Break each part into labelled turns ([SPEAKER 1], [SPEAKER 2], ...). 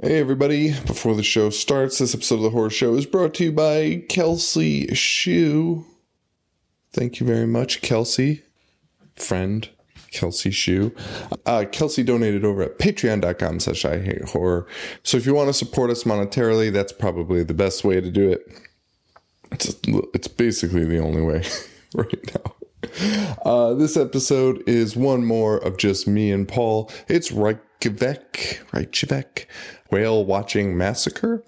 [SPEAKER 1] Hey everybody, before the show starts, this episode of The Horror Show is brought to you by Kelsey Shu. Thank you very much, Kelsey. Friend, Kelsey Shu. Uh, Kelsey donated over at patreon.com slash I hate horror. So if you want to support us monetarily, that's probably the best way to do it. It's, it's basically the only way right now. Uh, this episode is one more of just me and Paul. It's Reykjavik, Reykjavik Whale Watching Massacre.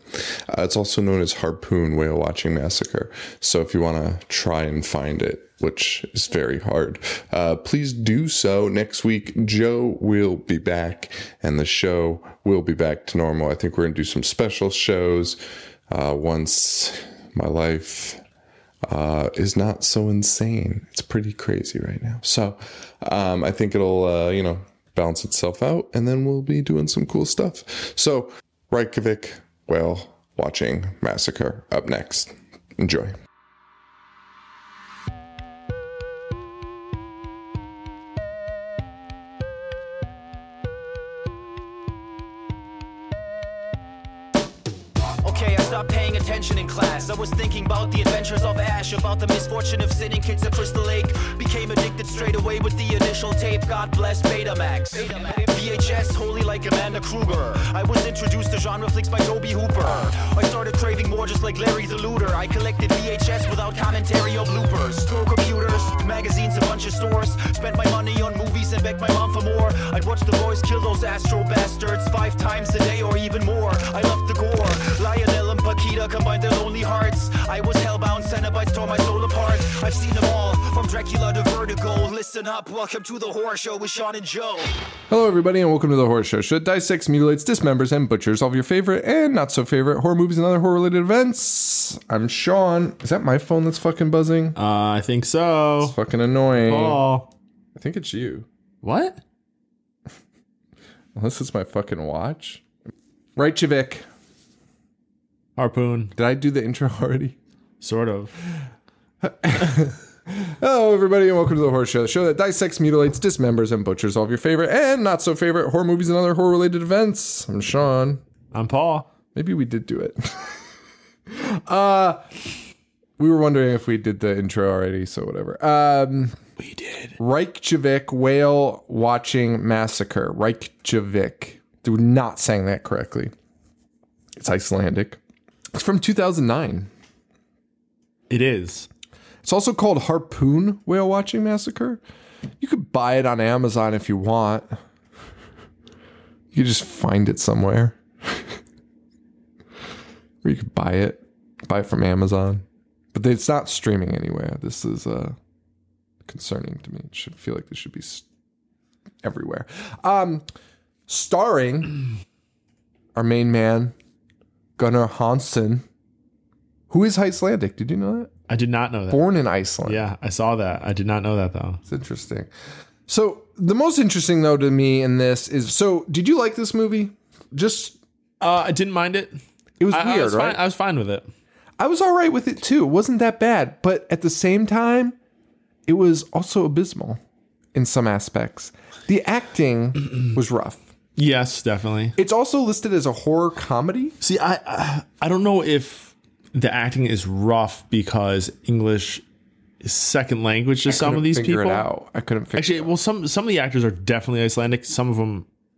[SPEAKER 1] Uh, it's also known as Harpoon Whale Watching Massacre. So if you want to try and find it, which is very hard, uh, please do so. Next week, Joe will be back and the show will be back to normal. I think we're going to do some special shows uh, once my life uh, is not so insane. It's pretty crazy right now. So um, I think it'll, uh, you know, balance itself out and then we'll be doing some cool stuff. So Reykjavik whale watching massacre up next. Enjoy.
[SPEAKER 2] Okay, I stopped paying attention in class. I was thinking about the adventures of Ash, about the misfortune of sitting kids at Crystal Lake. Became addicted straight away with the initial tape. God bless Betamax. VHS, holy like Amanda Kruger. I was introduced to genre flicks by Toby Hooper. I started craving more just like Larry the Looter. I collected VHS without commentary or bloopers. Store computers, magazines, a bunch of stores. Spent my money on movies and begged my mom for more. I'd watch the boys kill those Astro bastards five times a day or even more. I loved the gore. Lionel and Paquita combined their lonely hearts. I was hellbound, Cenobites tore my soul apart. I've seen them all, from Dracula to Vertigo. Listen up, welcome to the horror show with Sean and Joe.
[SPEAKER 3] Hello, everybody, and welcome to the Horror Show. Show that dissects, mutilates, dismembers, and butchers all of your favorite and not so favorite horror movies and other horror related events. I'm Sean. Is that my phone that's fucking buzzing?
[SPEAKER 4] Uh, I think so.
[SPEAKER 3] It's fucking annoying.
[SPEAKER 4] Paul.
[SPEAKER 3] I think it's you.
[SPEAKER 4] What?
[SPEAKER 3] Unless it's my fucking watch. Right, Javik.
[SPEAKER 4] Harpoon.
[SPEAKER 3] Did I do the intro already?
[SPEAKER 4] Sort of.
[SPEAKER 3] Hello, everybody, and welcome to the Horror Show, the show that dissects, mutilates, dismembers, and butchers all of your favorite and not so favorite horror movies and other horror related events. I'm Sean.
[SPEAKER 4] I'm Paul.
[SPEAKER 3] Maybe we did do it. uh we were wondering if we did the intro already, so whatever. Um
[SPEAKER 4] We did.
[SPEAKER 3] Reykjavik whale watching massacre. Reykjavik. Do not saying that correctly. It's Icelandic. It's from 2009.
[SPEAKER 4] It is.
[SPEAKER 3] It's also called Harpoon Whale Watching Massacre. You could buy it on Amazon if you want. You just find it somewhere. or you could buy it. Buy it from Amazon. But it's not streaming anywhere. This is uh, concerning to me. It should feel like this should be s everywhere. Um, starring our main man, Gunnar Hansen, who is Icelandic. Did you know that?
[SPEAKER 4] I did not know that.
[SPEAKER 3] born in Iceland.
[SPEAKER 4] Yeah, I saw that. I did not know that though.
[SPEAKER 3] It's interesting. So the most interesting though to me in this is so did you like this movie? Just
[SPEAKER 4] Uh, I didn't mind it.
[SPEAKER 3] it was
[SPEAKER 4] I, I
[SPEAKER 3] weird,
[SPEAKER 4] was
[SPEAKER 3] right?
[SPEAKER 4] Fine. I was fine with it.
[SPEAKER 3] I was all right with it too. It wasn't that bad, but at the same time, it was also abysmal in some aspects. The acting was rough.
[SPEAKER 4] Yes, definitely.
[SPEAKER 3] It's also listed as a horror comedy.
[SPEAKER 4] See, I I- I don't know if the acting is rough because English is second language to some of
[SPEAKER 3] Couldn't
[SPEAKER 4] these
[SPEAKER 3] figure
[SPEAKER 4] people.
[SPEAKER 3] it out. I couldn't figure it
[SPEAKER 4] Actually, well, some some of the actors are definitely Icelandic. Some of them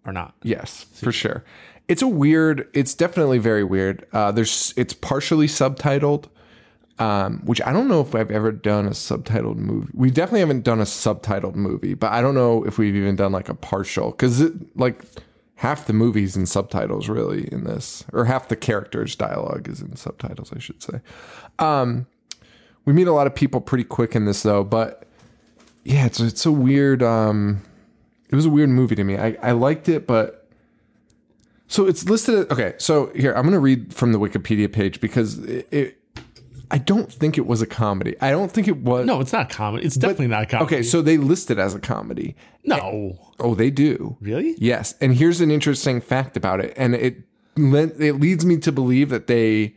[SPEAKER 4] are not.
[SPEAKER 3] Yes, for sure. It's a weird. It's definitely very weird. Uh, there's. It's partially subtitled, um, which I don't know if I've ever done a subtitled movie. We definitely haven't done a subtitled movie, but I don't know if we've even done like a partial because like half the movies in subtitles really in this, or half the characters' dialogue is in subtitles. I should say. Um, we meet a lot of people pretty quick in this though, but yeah, it's it's a weird. Um, it was a weird movie to me. I, I liked it, but so it's listed. Okay, so here I'm gonna read from the Wikipedia page because it, it I don't think it was a comedy. I don't think it was.
[SPEAKER 4] No, it's not a comedy. It's definitely not a comedy.
[SPEAKER 3] Okay, so they list it as a comedy.
[SPEAKER 4] no,
[SPEAKER 3] Oh, they do.
[SPEAKER 4] really?
[SPEAKER 3] Yes, and here's an interesting fact about it, and it le- it leads me to believe that they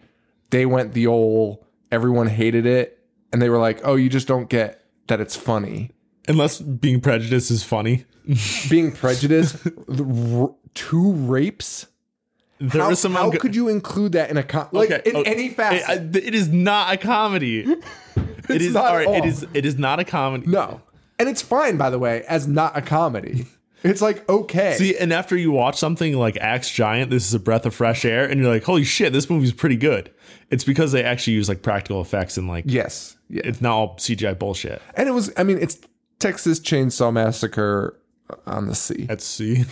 [SPEAKER 3] they went the old everyone hated it, and they were like, oh, you just don't get that it's funny.
[SPEAKER 4] Unless being prejudiced is funny.
[SPEAKER 3] being prejudiced, the r- two rapes,
[SPEAKER 4] There
[SPEAKER 3] how,
[SPEAKER 4] is some
[SPEAKER 3] how
[SPEAKER 4] unco-
[SPEAKER 3] could you include that in a com- like in
[SPEAKER 4] okay. oh,
[SPEAKER 3] any
[SPEAKER 4] It-
[SPEAKER 3] facet?
[SPEAKER 4] I- it is not a comedy. it is
[SPEAKER 3] not
[SPEAKER 4] all right,
[SPEAKER 3] at
[SPEAKER 4] It
[SPEAKER 3] all.
[SPEAKER 4] is it is not a comedy.
[SPEAKER 3] no, and it's fine by the way as not a comedy. It's like okay,
[SPEAKER 4] See, and after you watch something like Axe Giant, this is a breath of fresh air, and you're like, holy shit, this movie's pretty good. It's because they actually use like practical effects and like
[SPEAKER 3] yes, yeah.
[SPEAKER 4] it's not all CGI bullshit.
[SPEAKER 3] and it was. I mean, it's Texas Chainsaw Massacre on the sea.
[SPEAKER 4] Let's see.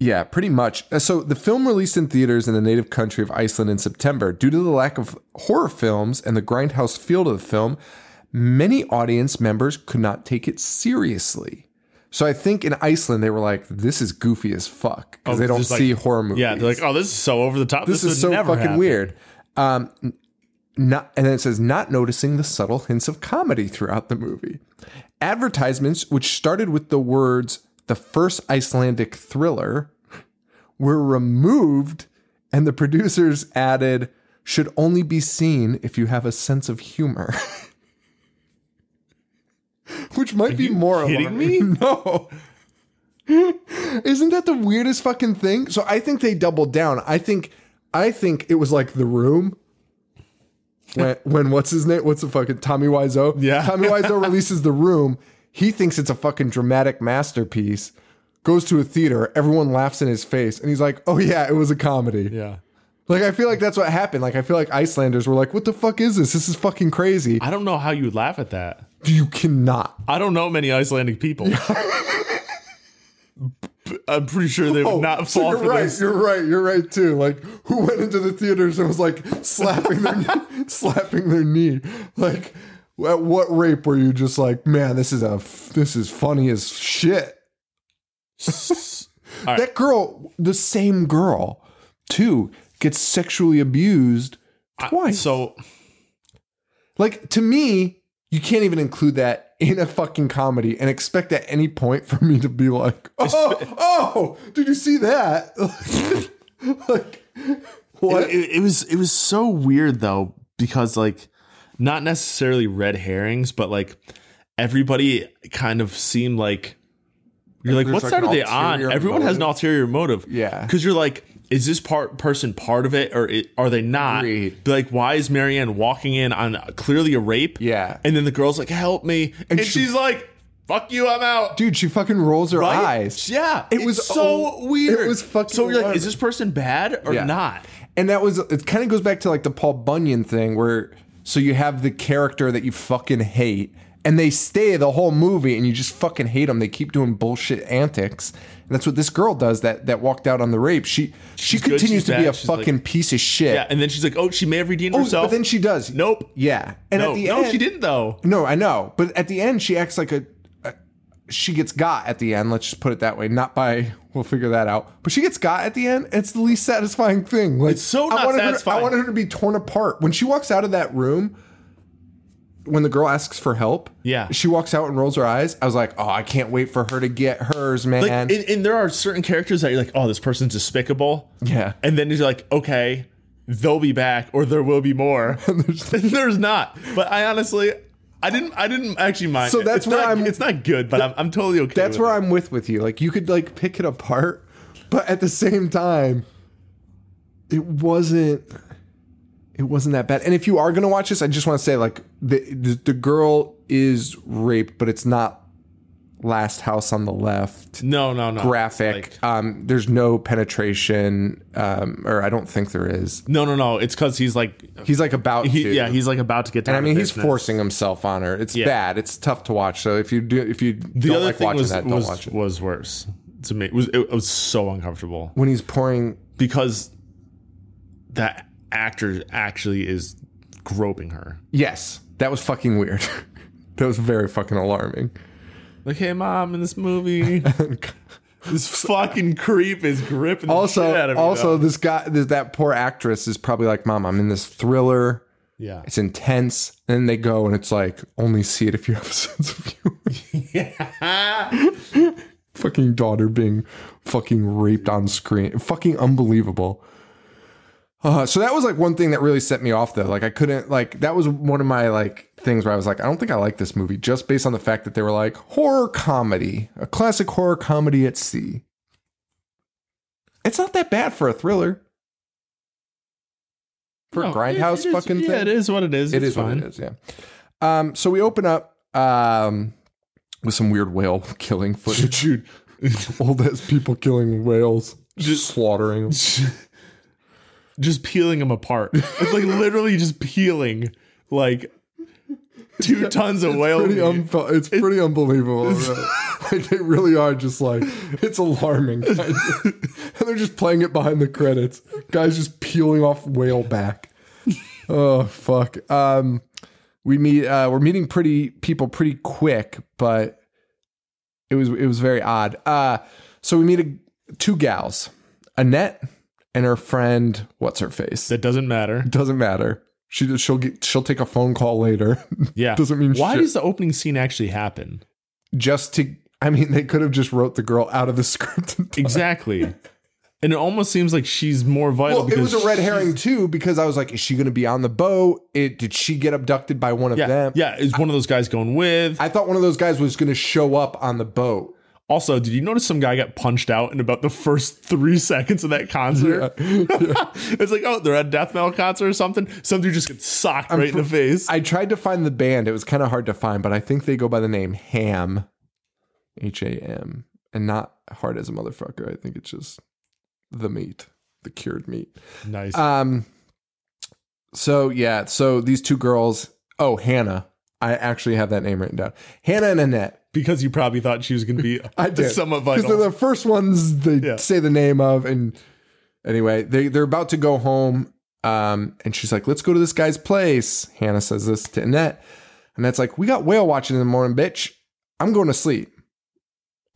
[SPEAKER 3] Yeah, pretty much. Uh, So the film released in theaters in the native country of Iceland in September. Due to the lack of horror films and the grindhouse feel to the film, many audience members could not take it seriously. So I think in Iceland they were like, "This is goofy as fuck" because they don't
[SPEAKER 4] just Oh, like-
[SPEAKER 3] see horror movies.
[SPEAKER 4] yeah, they're like, oh, this is so over the top.
[SPEAKER 3] this, is so fucking weird. Um, n- not and then it says not noticing the subtle hints of comedy throughout the movie. Advertisements, which started with the words "the first Icelandic thriller," were removed, and the producers added should only be seen if you have a sense of humor. Which might be more
[SPEAKER 4] kidding
[SPEAKER 3] alarming. No. Isn't that the weirdest fucking thing? So I think they doubled down. I think I think it was like the room. When, when what's his name? What's the fucking Tommy Wiseau?
[SPEAKER 4] Yeah.
[SPEAKER 3] Tommy Wiseau releases the room. He thinks it's a fucking dramatic masterpiece. Goes to a theater. Everyone laughs in his face, and he's like, "Oh yeah, it was a comedy."
[SPEAKER 4] Yeah.
[SPEAKER 3] Like I feel like that's what happened. Like I feel like Icelanders were like, "What the fuck is this? This is fucking crazy."
[SPEAKER 4] I don't know how you would laugh at that.
[SPEAKER 3] You cannot.
[SPEAKER 4] I don't know many Icelandic people. B- I'm pretty sure they would not fall
[SPEAKER 3] Oh, so you're
[SPEAKER 4] for
[SPEAKER 3] right.
[SPEAKER 4] this.
[SPEAKER 3] You're right. You're right too. Like who went into the theaters and was like slapping their slapping their knee? Like at what rape were you just like, man, this is a f- this is funny as shit.
[SPEAKER 4] All right.
[SPEAKER 3] That girl, the same girl, too, gets sexually abused twice.
[SPEAKER 4] So
[SPEAKER 3] Like to me, you can't even include that in a fucking comedy and expect at any point for me to be like, "Oh, oh, did you see that?" like what?
[SPEAKER 4] It, it- it was it was so weird though because like not necessarily red herrings, but like everybody kind of seemed like you're like
[SPEAKER 3] There's,
[SPEAKER 4] what
[SPEAKER 3] like,
[SPEAKER 4] side
[SPEAKER 3] an
[SPEAKER 4] are they on?
[SPEAKER 3] ulterior
[SPEAKER 4] Everyone has an
[SPEAKER 3] motive.
[SPEAKER 4] ulterior motive.
[SPEAKER 3] Yeah.
[SPEAKER 4] because you're like, is this part person part of it or i are they not?
[SPEAKER 3] Agreed.
[SPEAKER 4] But, like, why is Marianne walking in on clearly a rape?
[SPEAKER 3] Yeah.
[SPEAKER 4] and then the girl's like, help me, and,
[SPEAKER 3] she-
[SPEAKER 4] she's like, fuck you, I'm out.
[SPEAKER 3] Dude, she fucking rolls her
[SPEAKER 4] Right?
[SPEAKER 3] eyes.
[SPEAKER 4] Yeah,
[SPEAKER 3] It
[SPEAKER 4] it's
[SPEAKER 3] was
[SPEAKER 4] so
[SPEAKER 3] a-
[SPEAKER 4] weird.
[SPEAKER 3] it was fucking
[SPEAKER 4] So you're like,
[SPEAKER 3] wild.
[SPEAKER 4] is this person bad or
[SPEAKER 3] Yeah.
[SPEAKER 4] not?
[SPEAKER 3] And that was it kind of goes back to like the Paul Bunyan thing where so you have the character that you fucking hate and they stay the whole movie and you just fucking hate them. They keep doing bullshit antics. And that's what this girl does that that walked out on the rape. She she
[SPEAKER 4] good,
[SPEAKER 3] continues
[SPEAKER 4] she's
[SPEAKER 3] to be
[SPEAKER 4] bad,
[SPEAKER 3] a
[SPEAKER 4] she's
[SPEAKER 3] fucking
[SPEAKER 4] like-
[SPEAKER 3] piece of shit.
[SPEAKER 4] Yeah, and then she's like, "Oh, she may have redeemed
[SPEAKER 3] Oh,
[SPEAKER 4] herself."
[SPEAKER 3] but then she does.
[SPEAKER 4] nope.
[SPEAKER 3] Yeah. And
[SPEAKER 4] no,
[SPEAKER 3] at the
[SPEAKER 4] no,
[SPEAKER 3] end
[SPEAKER 4] she didn't though.
[SPEAKER 3] No, I know. But at the end she acts like a, a she gets got at the end, let's just put it that way. Not by we'll figure that out. But she gets got at the end. and It's the least satisfying thing. Like
[SPEAKER 4] It's so
[SPEAKER 3] I
[SPEAKER 4] not
[SPEAKER 3] wanted Her,
[SPEAKER 4] satisfying.
[SPEAKER 3] I wanted her to be torn apart. When she walks out of that room, when the girl asks for help,
[SPEAKER 4] Yeah.
[SPEAKER 3] she walks out and rolls her eyes. I was like, oh, I can't wait for her to get hers, man.
[SPEAKER 4] Like, and, and there are certain characters that you're like, "Oh, this person's despicable."
[SPEAKER 3] Yeah.
[SPEAKER 4] and then you're like, "Okay, they'll be back, or there will be more." And there's not. But I honestly, I didn't, I didn't actually mind.
[SPEAKER 3] So
[SPEAKER 4] it.
[SPEAKER 3] that's
[SPEAKER 4] it's
[SPEAKER 3] where
[SPEAKER 4] not,
[SPEAKER 3] I'm-
[SPEAKER 4] It's not good, but I'm, I'm totally okay.
[SPEAKER 3] That's
[SPEAKER 4] with
[SPEAKER 3] where
[SPEAKER 4] it.
[SPEAKER 3] I'm with with you. Like you could like pick it apart, but at the same time, it wasn't. It wasn't that bad. And if you are gonna watch this, I just want to say like the, the the girl is raped, but it's not Last House on the Left
[SPEAKER 4] No, no, no.
[SPEAKER 3] graphic.
[SPEAKER 4] Like-
[SPEAKER 3] um, there's no penetration, um, or I don't think there is.
[SPEAKER 4] no, no, no. It's because he's like,
[SPEAKER 3] He's like about to.
[SPEAKER 4] he, yeah, he's like about to get. Down
[SPEAKER 3] And I mean,
[SPEAKER 4] to
[SPEAKER 3] he's
[SPEAKER 4] business.
[SPEAKER 3] forcing himself on her. It's
[SPEAKER 4] Yeah.
[SPEAKER 3] bad. It's tough to watch. So if you do, if you
[SPEAKER 4] The
[SPEAKER 3] don't
[SPEAKER 4] other
[SPEAKER 3] like
[SPEAKER 4] thing
[SPEAKER 3] watching
[SPEAKER 4] was
[SPEAKER 3] that, don't watch
[SPEAKER 4] was,
[SPEAKER 3] it.
[SPEAKER 4] was worse to me. It was it was so uncomfortable.
[SPEAKER 3] When he's pouring
[SPEAKER 4] because that actor actually is groping her.
[SPEAKER 3] Yes, that was fucking weird. that was very fucking alarming.
[SPEAKER 4] Like, hey, mom, in this movie, this fucking creep is gripping. The shit out
[SPEAKER 3] Also,
[SPEAKER 4] of me,
[SPEAKER 3] also
[SPEAKER 4] though.
[SPEAKER 3] this guy, this, that poor actress is probably like, "Mom, I'm in this thriller.
[SPEAKER 4] yeah,
[SPEAKER 3] It's intense." And then they go, and it's like, "Only see it if you have a sense of humor." fucking daughter being fucking raped on screen. Fucking unbelievable. Uh, so that was like one thing that really set me off though. Like I couldn't like that was one of my like things where I was like, I don't think I like this movie just based on the fact that they were like horror comedy, a classic horror comedy at sea. It's not that bad for a thriller. For a
[SPEAKER 4] No,
[SPEAKER 3] grindhouse
[SPEAKER 4] it- it is-
[SPEAKER 3] fucking
[SPEAKER 4] Yeah,
[SPEAKER 3] thing.
[SPEAKER 4] it is what it is.
[SPEAKER 3] It
[SPEAKER 4] It's
[SPEAKER 3] is what
[SPEAKER 4] fine.
[SPEAKER 3] it is, yeah. Um, so we open up um, with some weird whale killing footage. Dude, old ass people killing whales, just slaughtering them.
[SPEAKER 4] Just peeling them apart. It's like literally just peeling like two tons of whale.
[SPEAKER 3] Pretty um
[SPEAKER 4] meat.
[SPEAKER 3] unfe- it's pretty unbelievable. right? like they really are just like it's alarming, kind of. and they're just playing it behind the credits. Guys just peeling off whale back. oh fuck. Um, we meet. Uh, we're meeting pretty people pretty quick, but it was it was very odd. Uh, so we meet a, two gals, Annette and her friend. What's her face?
[SPEAKER 4] that doesn't matter.
[SPEAKER 3] doesn't matter. She she'll get she'll take a phone call later.
[SPEAKER 4] Yeah.
[SPEAKER 3] Doesn't mean
[SPEAKER 4] Why
[SPEAKER 3] shit.
[SPEAKER 4] does the opening scene actually happen?
[SPEAKER 3] just to I mean they could have just wrote the girl out of the script. and-
[SPEAKER 4] Exactly. and it almost seems like she's more vital
[SPEAKER 3] Well, it
[SPEAKER 4] because
[SPEAKER 3] was a red
[SPEAKER 4] she-
[SPEAKER 3] herring too because I was like, is she going to be on the boat? It did she get abducted by one of
[SPEAKER 4] Yeah.
[SPEAKER 3] them?
[SPEAKER 4] Yeah, is one of those guys going with.
[SPEAKER 3] I thought one of those guys was going to show up on the boat.
[SPEAKER 4] also, did you notice some guy got punched out in about the first 3 seconds of that concert? it's like, "Oh, they're at a death metal concert or something." Some dude just gets socked right in the face.
[SPEAKER 3] I tried to find the band. It was kind of hard to find, but I think they go by the name Ham, H A M, and not hard as a motherfucker. I think it's just the meat, the cured meat.
[SPEAKER 4] nice.
[SPEAKER 3] Um. So yeah, so these two girls. Oh, Hannah. I actually have that name written down. Hannah and Annette.
[SPEAKER 4] because you probably thought she was going to be
[SPEAKER 3] I did
[SPEAKER 4] somewhat
[SPEAKER 3] because
[SPEAKER 4] vital.
[SPEAKER 3] they're the first ones they
[SPEAKER 4] Yeah.
[SPEAKER 3] say the name of. And anyway, they they're about to go home. Um, and she's like, "Let's go to this guy's place." Hannah says this to Annette. Annette's like, "We got whale watching in the morning, bitch. I'm going to sleep."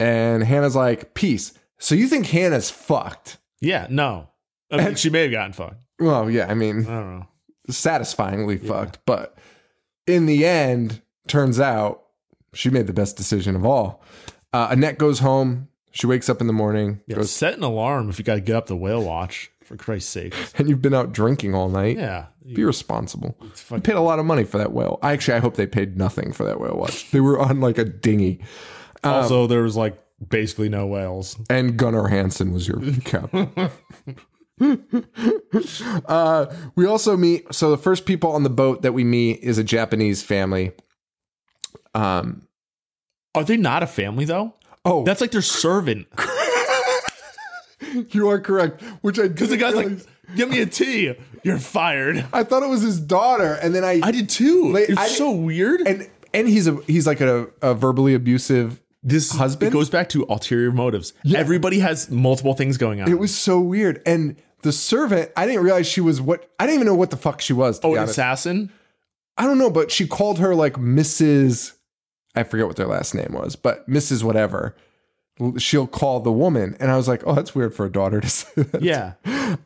[SPEAKER 3] And Hannah's like, "Peace." So you think Hannah's fucked?
[SPEAKER 4] yeah, no. I mean, she may have gotten fucked.
[SPEAKER 3] Well, yeah. I mean,
[SPEAKER 4] I don't know.
[SPEAKER 3] satisfyingly fucked. But in the end, turns out she made the best decision of all. Uh, Annette goes home. She wakes up in the morning.
[SPEAKER 4] Yeah,
[SPEAKER 3] Goes,
[SPEAKER 4] set an alarm if you got to get up the whale watch for Christ's sake.
[SPEAKER 3] and you've been out drinking all night.
[SPEAKER 4] Yeah.
[SPEAKER 3] Be responsible. You
[SPEAKER 4] fucking-
[SPEAKER 3] paid a lot of money for that whale. I actually, I hope they paid nothing for that whale watch. They were on like a dinghy, Um,
[SPEAKER 4] also, there was like basically no whales.
[SPEAKER 3] and Gunnar Hansen was your captain. uh, we also meet. So the first people on the boat that we meet is a Japanese family. Um.
[SPEAKER 4] Are they not a family though?
[SPEAKER 3] Oh,
[SPEAKER 4] That's like their servant.
[SPEAKER 3] You are correct. Which I
[SPEAKER 4] Because the guy's like, "Give me a tea. You're fired."
[SPEAKER 3] I thought it was his daughter, and then I,
[SPEAKER 4] I did too.
[SPEAKER 3] Like,
[SPEAKER 4] it's
[SPEAKER 3] I-
[SPEAKER 4] so weird.
[SPEAKER 3] and and he's a he's like a, a verbally abusive.
[SPEAKER 4] this
[SPEAKER 3] husband?
[SPEAKER 4] it goes back to ulterior motives. Everybody has multiple things going on.
[SPEAKER 3] It was so weird, and the servant. I didn't realize she was what I didn't even know what the fuck she was. To
[SPEAKER 4] oh,
[SPEAKER 3] be
[SPEAKER 4] an
[SPEAKER 3] honest.
[SPEAKER 4] assassin.
[SPEAKER 3] I don't know, but she called her like Mrs. I forget what their last name was, but Mrs. Whatever. She'll call the woman, and I was like, oh, that's weird for a daughter to say that.
[SPEAKER 4] Yeah,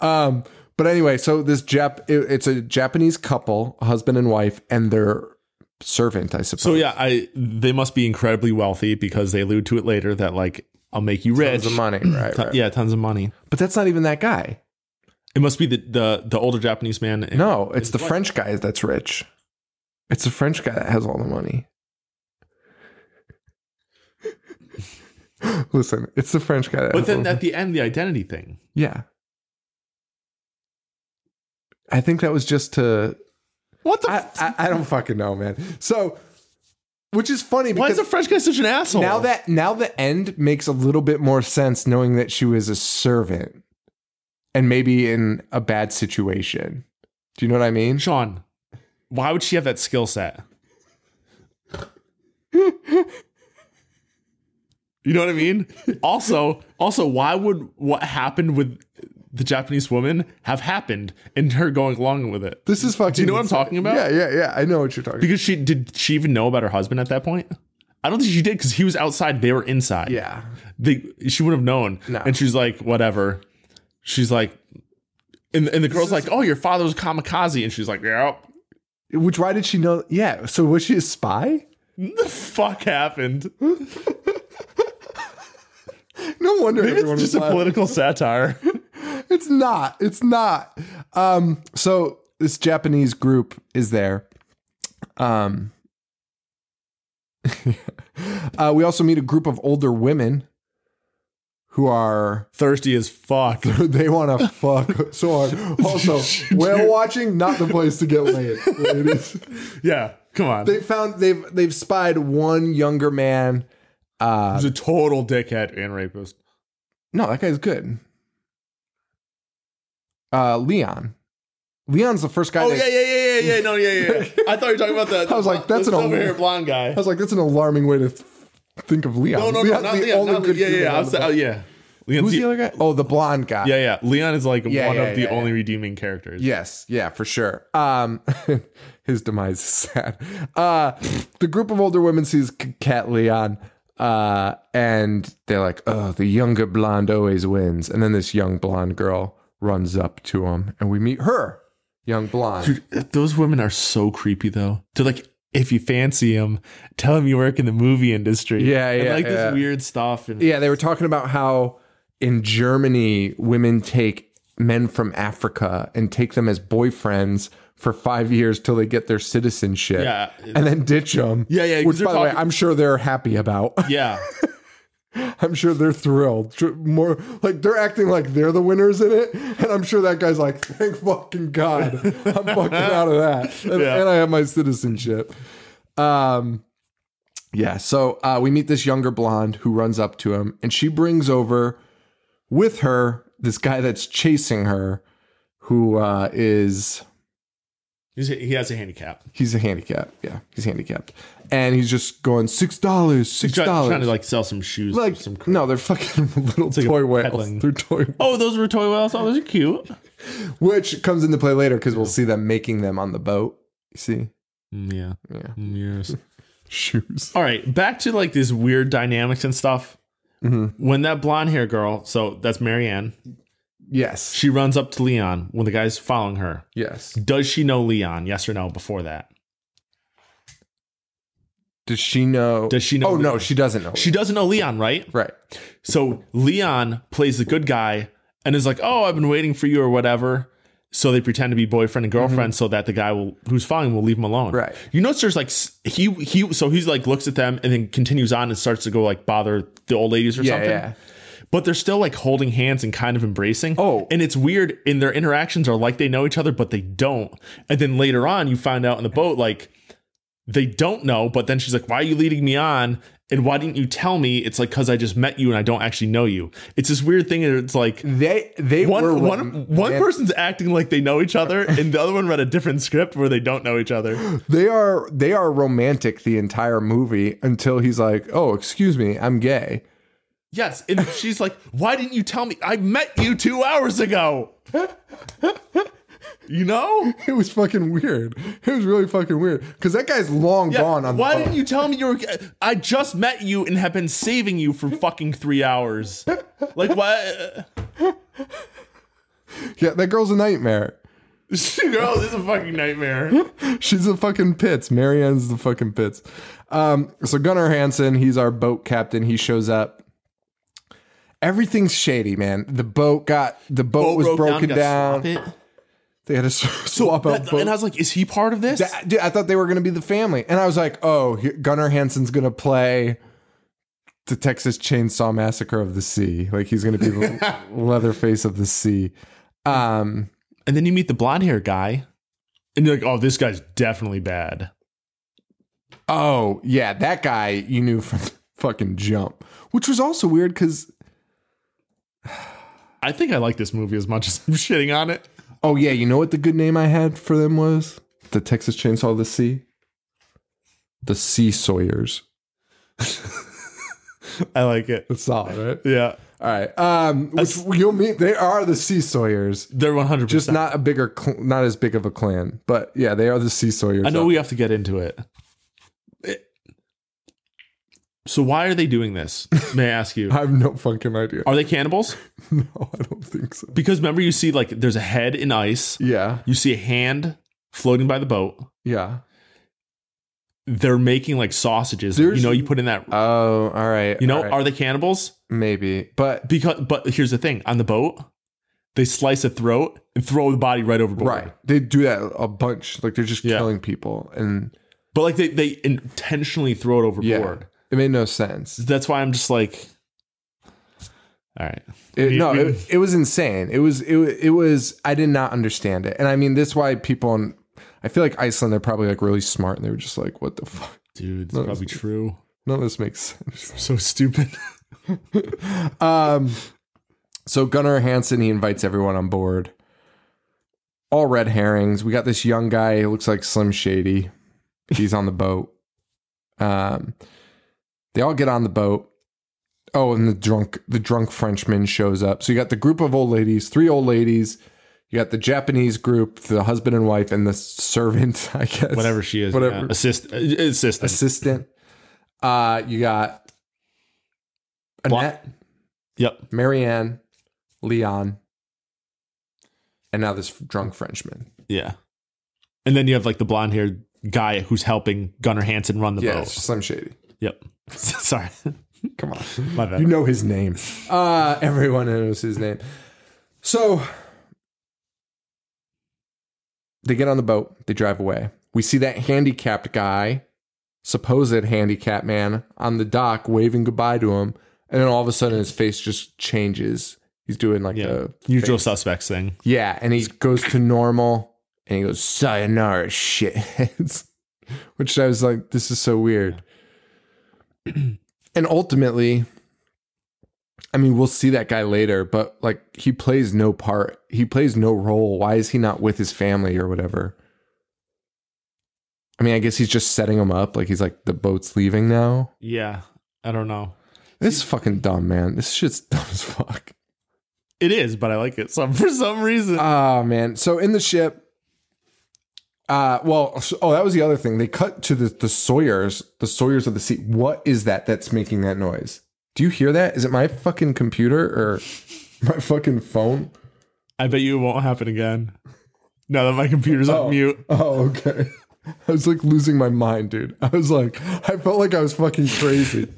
[SPEAKER 3] Um, but anyway, so this Jap, it- it's a Japanese couple, husband and wife, and their servant, I suppose.
[SPEAKER 4] So yeah, I they must be incredibly wealthy because they allude to it later that like I'll make you rich.
[SPEAKER 3] Tons of money, right?
[SPEAKER 4] Ton-
[SPEAKER 3] right.
[SPEAKER 4] Yeah, tons of money.
[SPEAKER 3] But that's not even that guy.
[SPEAKER 4] It must be the the, the older Japanese man. and-
[SPEAKER 3] No, it's the French guy that's rich. It's the French guy that has all the money. Listen, it's the French guy that
[SPEAKER 4] But
[SPEAKER 3] has all
[SPEAKER 4] then
[SPEAKER 3] the-
[SPEAKER 4] at the end, the identity thing.
[SPEAKER 3] Yeah. I think that was just to
[SPEAKER 4] What the?
[SPEAKER 3] I,
[SPEAKER 4] f-
[SPEAKER 3] I, I don't fucking know, man. So which is funny
[SPEAKER 4] why is
[SPEAKER 3] because
[SPEAKER 4] the French guy such an asshole?
[SPEAKER 3] now that now the end makes a little bit more sense knowing that she was a servant and maybe in a bad situation. Do you know what I mean?
[SPEAKER 4] Sean, why would she have that skill set? you know what I mean? Also, also, why would what happened with the Japanese woman have happened and her going along with it?
[SPEAKER 3] This is fucking
[SPEAKER 4] Do you know what I'm talking about?
[SPEAKER 3] Yeah, yeah, yeah. I know what you're talking about.
[SPEAKER 4] Because she did she even know about her husband at that point? I don't think she did because he was outside, they were inside.
[SPEAKER 3] Yeah.
[SPEAKER 4] They she wouldn't have known.
[SPEAKER 3] No.
[SPEAKER 4] And she's like, whatever. She's like and, and the girl's like, Oh, your father was a kamikaze. And she's like, Yep.
[SPEAKER 3] Which why did she know yeah, so was she a spy?
[SPEAKER 4] The fuck happened?
[SPEAKER 3] No wonder
[SPEAKER 4] Maybe
[SPEAKER 3] everyone
[SPEAKER 4] it's
[SPEAKER 3] was
[SPEAKER 4] just a
[SPEAKER 3] laughing.
[SPEAKER 4] political satire.
[SPEAKER 3] it's not. It's not. Um, so this Japanese group is there. Um, uh, we also meet a group of older women who are
[SPEAKER 4] Thirsty as fuck.
[SPEAKER 3] they want to fuck so hard. Also, whale watching not the place to get laid, ladies.
[SPEAKER 4] yeah, come on.
[SPEAKER 3] They found they've they've spied one younger man. Uh,
[SPEAKER 4] He's a total dickhead and rapist.
[SPEAKER 3] no, that guy's good. Uh, Leon, Leon's the first guy.
[SPEAKER 4] Oh
[SPEAKER 3] that-
[SPEAKER 4] yeah, yeah, yeah, yeah, yeah. No, yeah, yeah. yeah. I thought you were talking about that.
[SPEAKER 3] I was like, that's
[SPEAKER 4] this
[SPEAKER 3] an old-
[SPEAKER 4] over here blonde guy.
[SPEAKER 3] I was like, that's an alarming way to th- think of Leon.
[SPEAKER 4] No, no, no,
[SPEAKER 3] Leon's
[SPEAKER 4] not
[SPEAKER 3] the
[SPEAKER 4] Leon.
[SPEAKER 3] only
[SPEAKER 4] Not,
[SPEAKER 3] good
[SPEAKER 4] yeah, yeah,
[SPEAKER 3] human
[SPEAKER 4] yeah.
[SPEAKER 3] on
[SPEAKER 4] I
[SPEAKER 3] the
[SPEAKER 4] was, oh,
[SPEAKER 3] planet.
[SPEAKER 4] yeah. Leon's
[SPEAKER 3] Who's
[SPEAKER 4] the-
[SPEAKER 3] the other guy? Oh, the blonde guy.
[SPEAKER 4] Yeah, yeah. Leon is like
[SPEAKER 3] Yeah,
[SPEAKER 4] one
[SPEAKER 3] yeah,
[SPEAKER 4] of the
[SPEAKER 3] yeah,
[SPEAKER 4] only redeeming characters.
[SPEAKER 3] Yes, yeah, for sure. Um, his demise is sad. Uh, the group of older women sees C- Cat Leon, uh, and they're like, "Oh, the younger blonde always wins." And then this young blonde girl runs up to him, and we meet her, young blonde.
[SPEAKER 4] Dude, those women are so creepy though. They're like, if you fancy him, tell him you work in the movie industry.
[SPEAKER 3] Yeah,
[SPEAKER 4] and
[SPEAKER 3] yeah,
[SPEAKER 4] like
[SPEAKER 3] yeah.
[SPEAKER 4] this weird stuff. And
[SPEAKER 3] Yeah, they were talking about how in Germany women take men from Africa and take them as boyfriends for five years till they get their citizenship.
[SPEAKER 4] Yeah.
[SPEAKER 3] And then ditch them.
[SPEAKER 4] Yeah, yeah, 'cause
[SPEAKER 3] Which, by
[SPEAKER 4] they're
[SPEAKER 3] the way,
[SPEAKER 4] talking-
[SPEAKER 3] I'm sure they're happy about.
[SPEAKER 4] yeah,
[SPEAKER 3] I'm sure they're thrilled. Tr- More like they're acting like they're the winners in it, and I'm sure that guy's like, "Thank fucking god, I'm fucking out of that, and,
[SPEAKER 4] Yeah.
[SPEAKER 3] and I have my citizenship." Um, yeah. So uh, we meet this younger blonde who runs up to him, and she brings over with her this guy that's chasing her, who uh, is
[SPEAKER 4] He's- he has a handicap.
[SPEAKER 3] he's a handicap. Yeah, he's handicapped, and he's just going six dollars, six
[SPEAKER 4] He's try- trying,
[SPEAKER 3] dollars.
[SPEAKER 4] to like sell some shoes. for
[SPEAKER 3] Like
[SPEAKER 4] some cr-
[SPEAKER 3] no, they're fucking little
[SPEAKER 4] like a
[SPEAKER 3] toy whales.
[SPEAKER 4] peddling-
[SPEAKER 3] They're toy,
[SPEAKER 4] Oh, those were toy whales. Oh, those are cute.
[SPEAKER 3] which comes into play later because we'll see them making them on the boat. You see,
[SPEAKER 4] Mm, yeah,
[SPEAKER 3] Yeah.
[SPEAKER 4] Mm, yes.
[SPEAKER 3] shoes.
[SPEAKER 4] All right, back to like these weird dynamics and stuff. When that blonde hair girl, so that's Marianne,
[SPEAKER 3] Yes,
[SPEAKER 4] she runs up to Leon when the guy's following her.
[SPEAKER 3] yes.
[SPEAKER 4] Does she know Leon? Yes or no? Before that,
[SPEAKER 3] Does she know?
[SPEAKER 4] Does she know
[SPEAKER 3] Oh
[SPEAKER 4] that-
[SPEAKER 3] no, she doesn't know.
[SPEAKER 4] she doesn't know Leon, right?
[SPEAKER 3] right.
[SPEAKER 4] So Leon plays the good guy and is like, "Oh, I've been waiting for you or whatever." So they pretend to be boyfriend and girlfriend so that the guy will, who's following will leave him alone.
[SPEAKER 3] Mm-hmm. Right.
[SPEAKER 4] You notice there's like s- he he so he's like looks at them and then continues on and starts to go like bother the old ladies or
[SPEAKER 3] Yeah,
[SPEAKER 4] something.
[SPEAKER 3] yeah.
[SPEAKER 4] But they're still like holding hands and kind of embracing.
[SPEAKER 3] Oh.
[SPEAKER 4] And it's weird in their interactions are like they know each other, but they don't. And then later on you find out on the boat, like they don't know, but then she's like, Why are you leading me on? And why didn't you tell me? It's like because I just met you and I don't actually know you. It's this weird thing, and it's like
[SPEAKER 3] They they Mm. were
[SPEAKER 4] one one one
[SPEAKER 3] they-
[SPEAKER 4] person's acting like they know each other, and the other one read a different script where they don't know each other.
[SPEAKER 3] They are they are romantic the entire movie until he's like, "Oh, excuse me, I'm gay."
[SPEAKER 4] Yes, and she's like, Why didn't you tell me? I met you two hours ago. You know?
[SPEAKER 3] It was fucking weird. It was really fucking weird because that guy's long
[SPEAKER 4] Yeah,
[SPEAKER 3] gone on.
[SPEAKER 4] Why
[SPEAKER 3] the boat.
[SPEAKER 4] didn't you tell me you were? I just met you and have been saving you for fucking three hours. Like why? uh,
[SPEAKER 3] Yeah, that girl's a nightmare.
[SPEAKER 4] This girl this is a fucking nightmare.
[SPEAKER 3] She's the fucking pits. Marianne's the fucking pits. Um, so Gunnar Hansen, he's our boat captain. He shows up. Everything's shady, man. The boat got the boat, was
[SPEAKER 4] broke
[SPEAKER 3] broken
[SPEAKER 4] you gotta
[SPEAKER 3] down.
[SPEAKER 4] swap it.
[SPEAKER 3] They had to s- swap out
[SPEAKER 4] That-
[SPEAKER 3] boat.
[SPEAKER 4] and I was like, is he part of this?
[SPEAKER 3] That- dude, I thought they were going to be the family, and I was like, oh, he- Gunnar Hansen's going to play the Texas Chainsaw Massacre of the Sea. Like he's going to be the Leatherface of the Sea. Um,
[SPEAKER 4] and then you meet the blonde hair guy, and you're like, oh, this guy's definitely bad.
[SPEAKER 3] Oh, yeah, that guy you knew from the fucking jump, which was also weird because,
[SPEAKER 4] I think I like this movie as much as I'm shitting on it.
[SPEAKER 3] oh, yeah, you know what the good name I had for them was? The Texas Chainsaw of the Sea? The Sea Sawyers.
[SPEAKER 4] I like it.
[SPEAKER 3] That's solid, right?
[SPEAKER 4] Yeah,
[SPEAKER 3] All right. Um, which you'll meet, they are the Sea Sawyers.
[SPEAKER 4] they're 100.
[SPEAKER 3] Just
[SPEAKER 4] percent
[SPEAKER 3] not a bigger, cl- not as big of a clan, but yeah, they are the Sea Sawyers.
[SPEAKER 4] I know we have to get into it. It- So why are they doing this? May I ask you?
[SPEAKER 3] I have no fucking idea.
[SPEAKER 4] Are they cannibals?
[SPEAKER 3] no, I don't think so.
[SPEAKER 4] Because remember, you see like there's a head in ice.
[SPEAKER 3] Yeah,
[SPEAKER 4] You see a hand floating by the boat.
[SPEAKER 3] yeah.
[SPEAKER 4] They're making like sausages.
[SPEAKER 3] There's-
[SPEAKER 4] you know, you put in that.
[SPEAKER 3] Oh, all right.
[SPEAKER 4] You know,
[SPEAKER 3] all right.
[SPEAKER 4] are they cannibals?
[SPEAKER 3] maybe, but
[SPEAKER 4] Because, but here's the thing: on the boat, they slice a throat and throw the body right overboard.
[SPEAKER 3] Right. They do that a bunch. Like they're just
[SPEAKER 4] Yeah.
[SPEAKER 3] killing people. And
[SPEAKER 4] But like they they intentionally throw it
[SPEAKER 3] yeah,
[SPEAKER 4] overboard.
[SPEAKER 3] it made no sense.
[SPEAKER 4] That's why I'm just like, All right.
[SPEAKER 3] It-
[SPEAKER 4] We-
[SPEAKER 3] no,
[SPEAKER 4] we-
[SPEAKER 3] it, it was insane. It was it, wa- it was I did not understand it, and I mean this why people. In, I feel like Iceland they're probably like really smart, and they were just like, "What the fuck?
[SPEAKER 4] dude, it's
[SPEAKER 3] No,
[SPEAKER 4] probably true.
[SPEAKER 3] None of this makes sense."
[SPEAKER 4] So stupid.
[SPEAKER 3] Um, so Gunnar Hansen he invites everyone on board. All red herrings. We got this young guy who looks like Slim Shady. He's on the boat. Um, they all get on the boat. Oh, and the drunk the drunk Frenchman shows up. So you got the group of old ladies, three old ladies. You got the Japanese group, the husband and wife, and the servant. I guess
[SPEAKER 4] Whatever she is.
[SPEAKER 3] Whatever.
[SPEAKER 4] yeah. Assist, uh, assistant.
[SPEAKER 3] assistant. Uh, you got
[SPEAKER 4] Bla-
[SPEAKER 3] Annette.
[SPEAKER 4] Yep.
[SPEAKER 3] Marianne, Leon, and now this drunk Frenchman.
[SPEAKER 4] Yeah. And then you have like the blonde haired guy who's helping Gunnar Hansen run the
[SPEAKER 3] Yeah,
[SPEAKER 4] boat.
[SPEAKER 3] it's Slim Shady.
[SPEAKER 4] Yep. Sorry.
[SPEAKER 3] Come on.
[SPEAKER 4] My bad.
[SPEAKER 3] You know his name. Uh, everyone knows his name. So they get on the boat, they drive away. We see that handicapped guy, supposed handicapped man, on the dock waving goodbye to him. And then all of a sudden his face just changes. He's doing like
[SPEAKER 4] yeah.
[SPEAKER 3] a
[SPEAKER 4] Usual suspects thing.
[SPEAKER 3] Yeah, and he goes to normal and he goes, Sayonara shitheads. Which I was like, this is so weird. and ultimately, I mean, we'll see that guy later, but like he plays no part. He plays no role. Why is he not with his family or whatever? I mean, I guess he's just setting him up. Like he's like, the boat's leaving now.
[SPEAKER 4] Yeah. I don't know.
[SPEAKER 3] This is fucking dumb, man. This shit's dumb as fuck.
[SPEAKER 4] It is, but I like it some for some reason.
[SPEAKER 3] Oh man. So in the ship uh well so- oh that was the other thing. They cut to the the Sawyers, the Sawyers of the sea. What is that that's making that noise? Do you hear that? Is it my fucking computer or my fucking phone?
[SPEAKER 4] I bet you it won't happen again. Now that my computer's on mute.
[SPEAKER 3] Oh, okay. I was like losing my mind, dude. I was like, I felt like I was fucking crazy.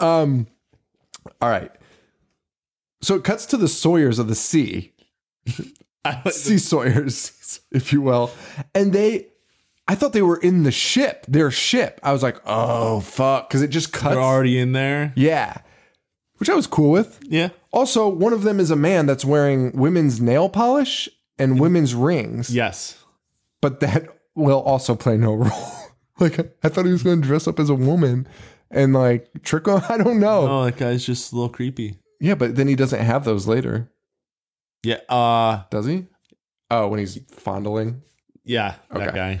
[SPEAKER 3] um, all right. So it cuts to the Sawyers of the sea,
[SPEAKER 4] I like
[SPEAKER 3] sea Sawyers, if you will, and they. I thought they were in the ship, their ship. I was like, oh fuck, because it just cuts.
[SPEAKER 4] they're already in there.
[SPEAKER 3] yeah, which I was cool with.
[SPEAKER 4] Yeah.
[SPEAKER 3] Also, one of them is a man that's wearing women's nail polish and women's rings
[SPEAKER 4] Yes.
[SPEAKER 3] but that will also play no role. like I thought he was going to dress up as a woman and like trick on. I don't know.
[SPEAKER 4] Oh, that guy's just a little creepy.
[SPEAKER 3] Yeah, but then he doesn't have those later,
[SPEAKER 4] Yeah. Uh
[SPEAKER 3] does he? Oh, when he's fondling.
[SPEAKER 4] yeah, that
[SPEAKER 3] Okay.
[SPEAKER 4] guy.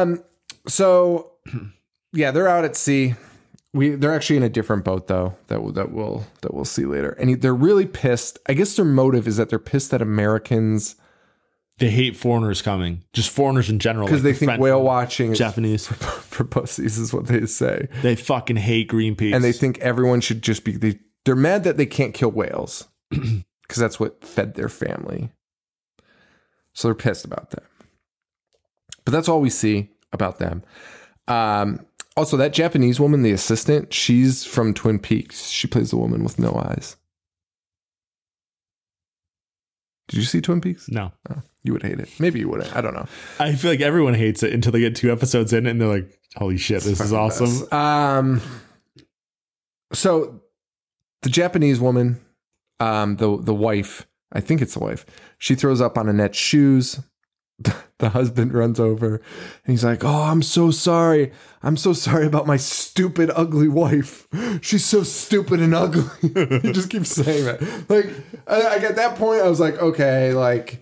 [SPEAKER 3] Um. So, yeah, they're out at sea. We they're actually in a different boat though that will that will that we'll see later. And he- they're really pissed. I guess their motive is that they're pissed that Americans
[SPEAKER 4] They hate foreigners coming. Just foreigners in general.
[SPEAKER 3] because
[SPEAKER 4] like
[SPEAKER 3] they
[SPEAKER 4] the
[SPEAKER 3] think
[SPEAKER 4] French-
[SPEAKER 3] whale watching is
[SPEAKER 4] Japanese.
[SPEAKER 3] for pussies is what they say.
[SPEAKER 4] They fucking hate Greenpeace.
[SPEAKER 3] and they think everyone should just be they, they're mad that they can't kill whales because that's what fed their family so they're pissed about that but that's all we see about them um, also that japanese woman the assistant she's from twin peaks she plays the woman with no eyes did you see twin peaks
[SPEAKER 4] no.
[SPEAKER 3] you would hate it maybe you wouldn't i don't know
[SPEAKER 4] I feel like everyone hates it until they get two episodes in and they're like, holy shit, this is awesome.
[SPEAKER 3] Um, so the Japanese woman, um, the the wife, I think it's the wife. She throws up on Annette's shoes. The husband runs over and he's like, "Oh, I'm so sorry. I'm so sorry about my stupid, ugly wife. She's so stupid and ugly." he just keeps saying that. Like, I, I, at that point, I was like, "Okay, like."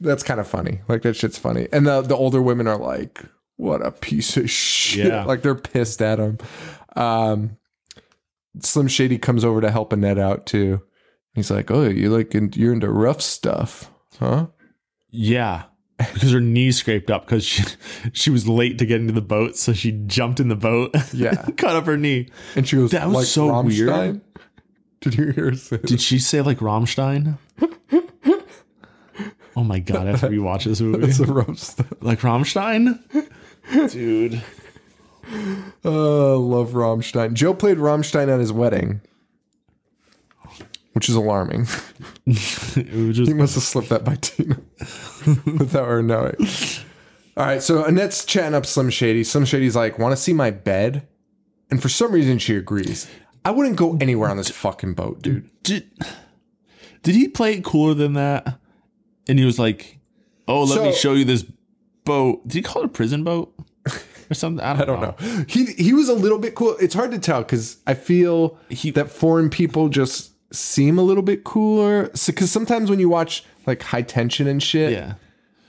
[SPEAKER 3] That's kind of funny. Like that shit's funny. And the the older women are like, "What a piece of shit!"
[SPEAKER 4] Yeah.
[SPEAKER 3] Like they're pissed at him. Um, Slim Shady comes over to help Annette out too. He's like, "Oh, you like in, you're into rough stuff, huh?"
[SPEAKER 4] Yeah. Because her knee scraped up because she, she was late to get into the boat, so she jumped in the boat.
[SPEAKER 3] Yeah.
[SPEAKER 4] cut up her knee.
[SPEAKER 3] And she goes,
[SPEAKER 4] That was
[SPEAKER 3] like
[SPEAKER 4] so
[SPEAKER 3] Rammstein?"
[SPEAKER 4] weird.
[SPEAKER 3] Did you hear her say?
[SPEAKER 4] Did she say like Rammstein? oh my god, I have to rewatch this movie.
[SPEAKER 3] It's a rough stuff.
[SPEAKER 4] like Rammstein? Dude.
[SPEAKER 3] Uh, love Rammstein. Joe played Rammstein at his wedding, which is alarming.
[SPEAKER 4] It was just
[SPEAKER 3] He must have slipped that by Tina without her knowing. All right, so Annette's chatting up Slim Shady. Slim Shady's like, "Want to see my bed?" And for some reason, she agrees. I wouldn't go anywhere on this fucking boat, dude.
[SPEAKER 4] Did, did he play it cooler than that? And he was like, "Oh, let me
[SPEAKER 3] So-
[SPEAKER 4] show you this boat." Did he call it a prison boat or something? I don't,
[SPEAKER 3] I don't know. He he was a little bit cool. It's hard to tell because I feel that foreign people just seem a little bit cooler. Because sometimes when you watch like high tension and shit,
[SPEAKER 4] Yeah,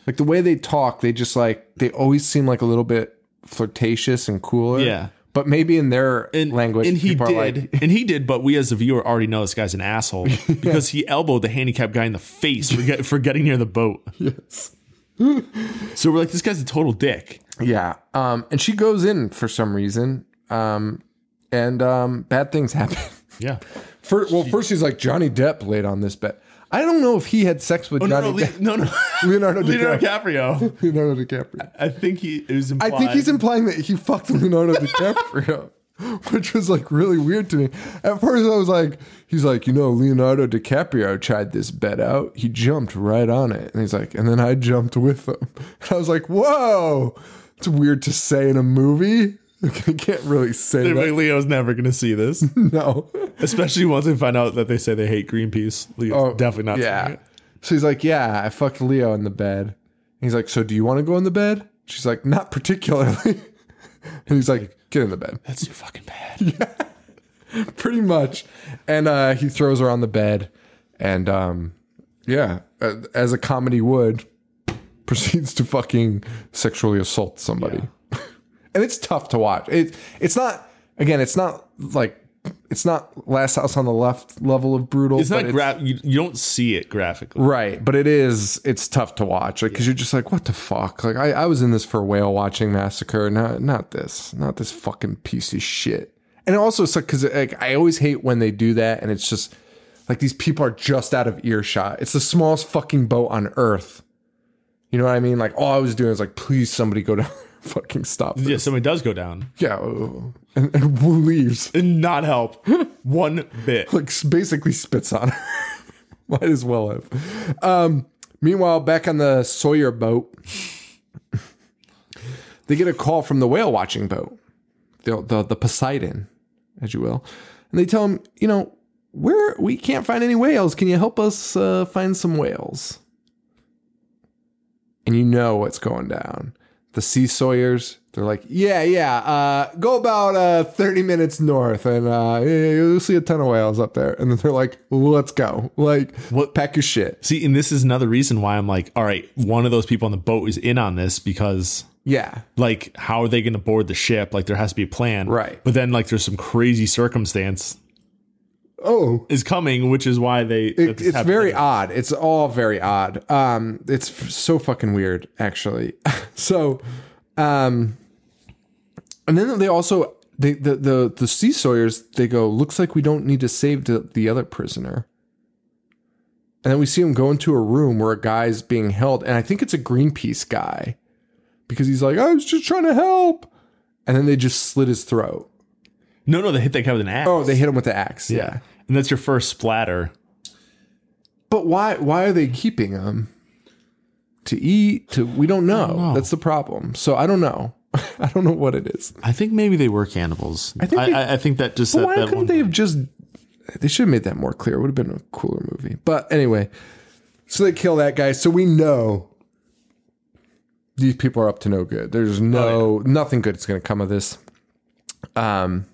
[SPEAKER 3] like the way they talk, they just like they always seem like a little bit flirtatious and cooler.
[SPEAKER 4] Yeah.
[SPEAKER 3] But maybe in their
[SPEAKER 4] and
[SPEAKER 3] language,
[SPEAKER 4] and he
[SPEAKER 3] people are
[SPEAKER 4] did,
[SPEAKER 3] like,
[SPEAKER 4] and he did. But we as a viewer already know this guy's an asshole because he elbowed the handicapped guy in the face for, get, for getting near the boat. Yes. so we're like, this guy's a total dick.
[SPEAKER 3] Yeah. Um, and she goes in for some reason. Um, and um, bad things happen.
[SPEAKER 4] Yeah.
[SPEAKER 3] First, well, first he's like Johnny Depp laid on this bed. I don't know if he had sex with
[SPEAKER 4] Oh, No,
[SPEAKER 3] Johnny
[SPEAKER 4] no, Le-
[SPEAKER 3] Depp.
[SPEAKER 4] no, no.
[SPEAKER 3] Leonardo
[SPEAKER 4] Leonardo
[SPEAKER 3] DiCaprio.
[SPEAKER 4] DiCaprio.
[SPEAKER 3] Leonardo DiCaprio.
[SPEAKER 4] I think he it was.
[SPEAKER 3] I
[SPEAKER 4] Implied.
[SPEAKER 3] think he's implying that he fucked Leonardo DiCaprio, which was like really weird to me. At first, I was like, he's like, you know, Leonardo DiCaprio tried this bet out. He jumped right on it. And he's like, and then I jumped with him. And I was like, whoa, it's weird to say in a movie. I can't really say
[SPEAKER 4] Like,
[SPEAKER 3] that.
[SPEAKER 4] Leo's never gonna see this.
[SPEAKER 3] No.
[SPEAKER 4] Especially once they find out that they say they hate Greenpeace. Leo's definitely not.
[SPEAKER 3] Oh, Yeah.
[SPEAKER 4] saying it.
[SPEAKER 3] So he's like, yeah, I fucked Leo in the bed. And he's like, so do you want to go in the bed? She's like, not particularly. and he's like, get in the bed.
[SPEAKER 4] That's too fucking bad.
[SPEAKER 3] pretty much. And uh, he throws her on the bed, and um, yeah, uh, as a comedy would, proceeds to fucking sexually assault somebody. and it's tough to watch. It it's not again. It's not like it's not Last House on the Left level of brutal.
[SPEAKER 4] It's not
[SPEAKER 3] but
[SPEAKER 4] gra- you, you don't see it graphically.
[SPEAKER 3] Right, but it is. It's tough to watch because you're just like, what the fuck? Like, I, I was in this for whale watching massacre, not not this, not this fucking piece of shit. And it also sucks because like, I always hate when they do that, and it's just like these people are just out of earshot. It's the smallest fucking boat on earth. You know what I mean? Like all I was doing is like, please somebody go down, there and fucking stop. This.
[SPEAKER 4] Yeah, somebody does go down
[SPEAKER 3] Yeah, and, and Wu leaves.
[SPEAKER 4] and not help one bit.
[SPEAKER 3] like s- basically spits on her. Might as well have. Um, meanwhile, back on the Sawyer boat, they get a call from the whale watching boat, the, the the Poseidon, as you will, and they tell him, you know, we're we can't find any whales. Can you help us uh, find some whales? And you know what's going down. The Sea Sawyers, they're like, yeah, yeah, uh, go about uh, 30 minutes north and uh, yeah, you'll see a ton of whales up there. And then they're like, let's go. Like,
[SPEAKER 4] What-
[SPEAKER 3] pack your shit.
[SPEAKER 4] See, and this is another reason why I'm like, all right, one of those people on the boat is in on this because
[SPEAKER 3] Yeah.
[SPEAKER 4] like how are they going to board the ship? Like there has to be a plan.
[SPEAKER 3] Right.
[SPEAKER 4] But then like there's some crazy circumstance
[SPEAKER 3] Oh,
[SPEAKER 4] is coming, which is why they
[SPEAKER 3] It, it's very odd. It's all very odd. Um, it's f- so fucking weird, actually. so, um, and then they also they the the the sea sawyers they go looks like we don't need to save the, the other prisoner. And then we see him go into a room where a guy's being held, and I think it's a Greenpeace guy, because he's like, I was just trying to help, and then they just slit his throat.
[SPEAKER 4] No, no, they hit that guy with an axe.
[SPEAKER 3] Oh, they hit him with the axe. yeah.
[SPEAKER 4] And that's your first splatter.
[SPEAKER 3] But why why are they keeping them? To eat, to we don't know.
[SPEAKER 4] know.
[SPEAKER 3] That's the problem. So I don't know. I don't know what it is.
[SPEAKER 4] I think maybe they were cannibals. I
[SPEAKER 3] think
[SPEAKER 4] think
[SPEAKER 3] they-
[SPEAKER 4] I, I think that just
[SPEAKER 3] But
[SPEAKER 4] that,
[SPEAKER 3] why
[SPEAKER 4] that
[SPEAKER 3] couldn't
[SPEAKER 4] one-
[SPEAKER 3] they have just they should have made that more clear. It would have been a cooler movie. But anyway. So they kill that guy. So we know these people are up to no good. There's no nothing good is gonna come of this. Um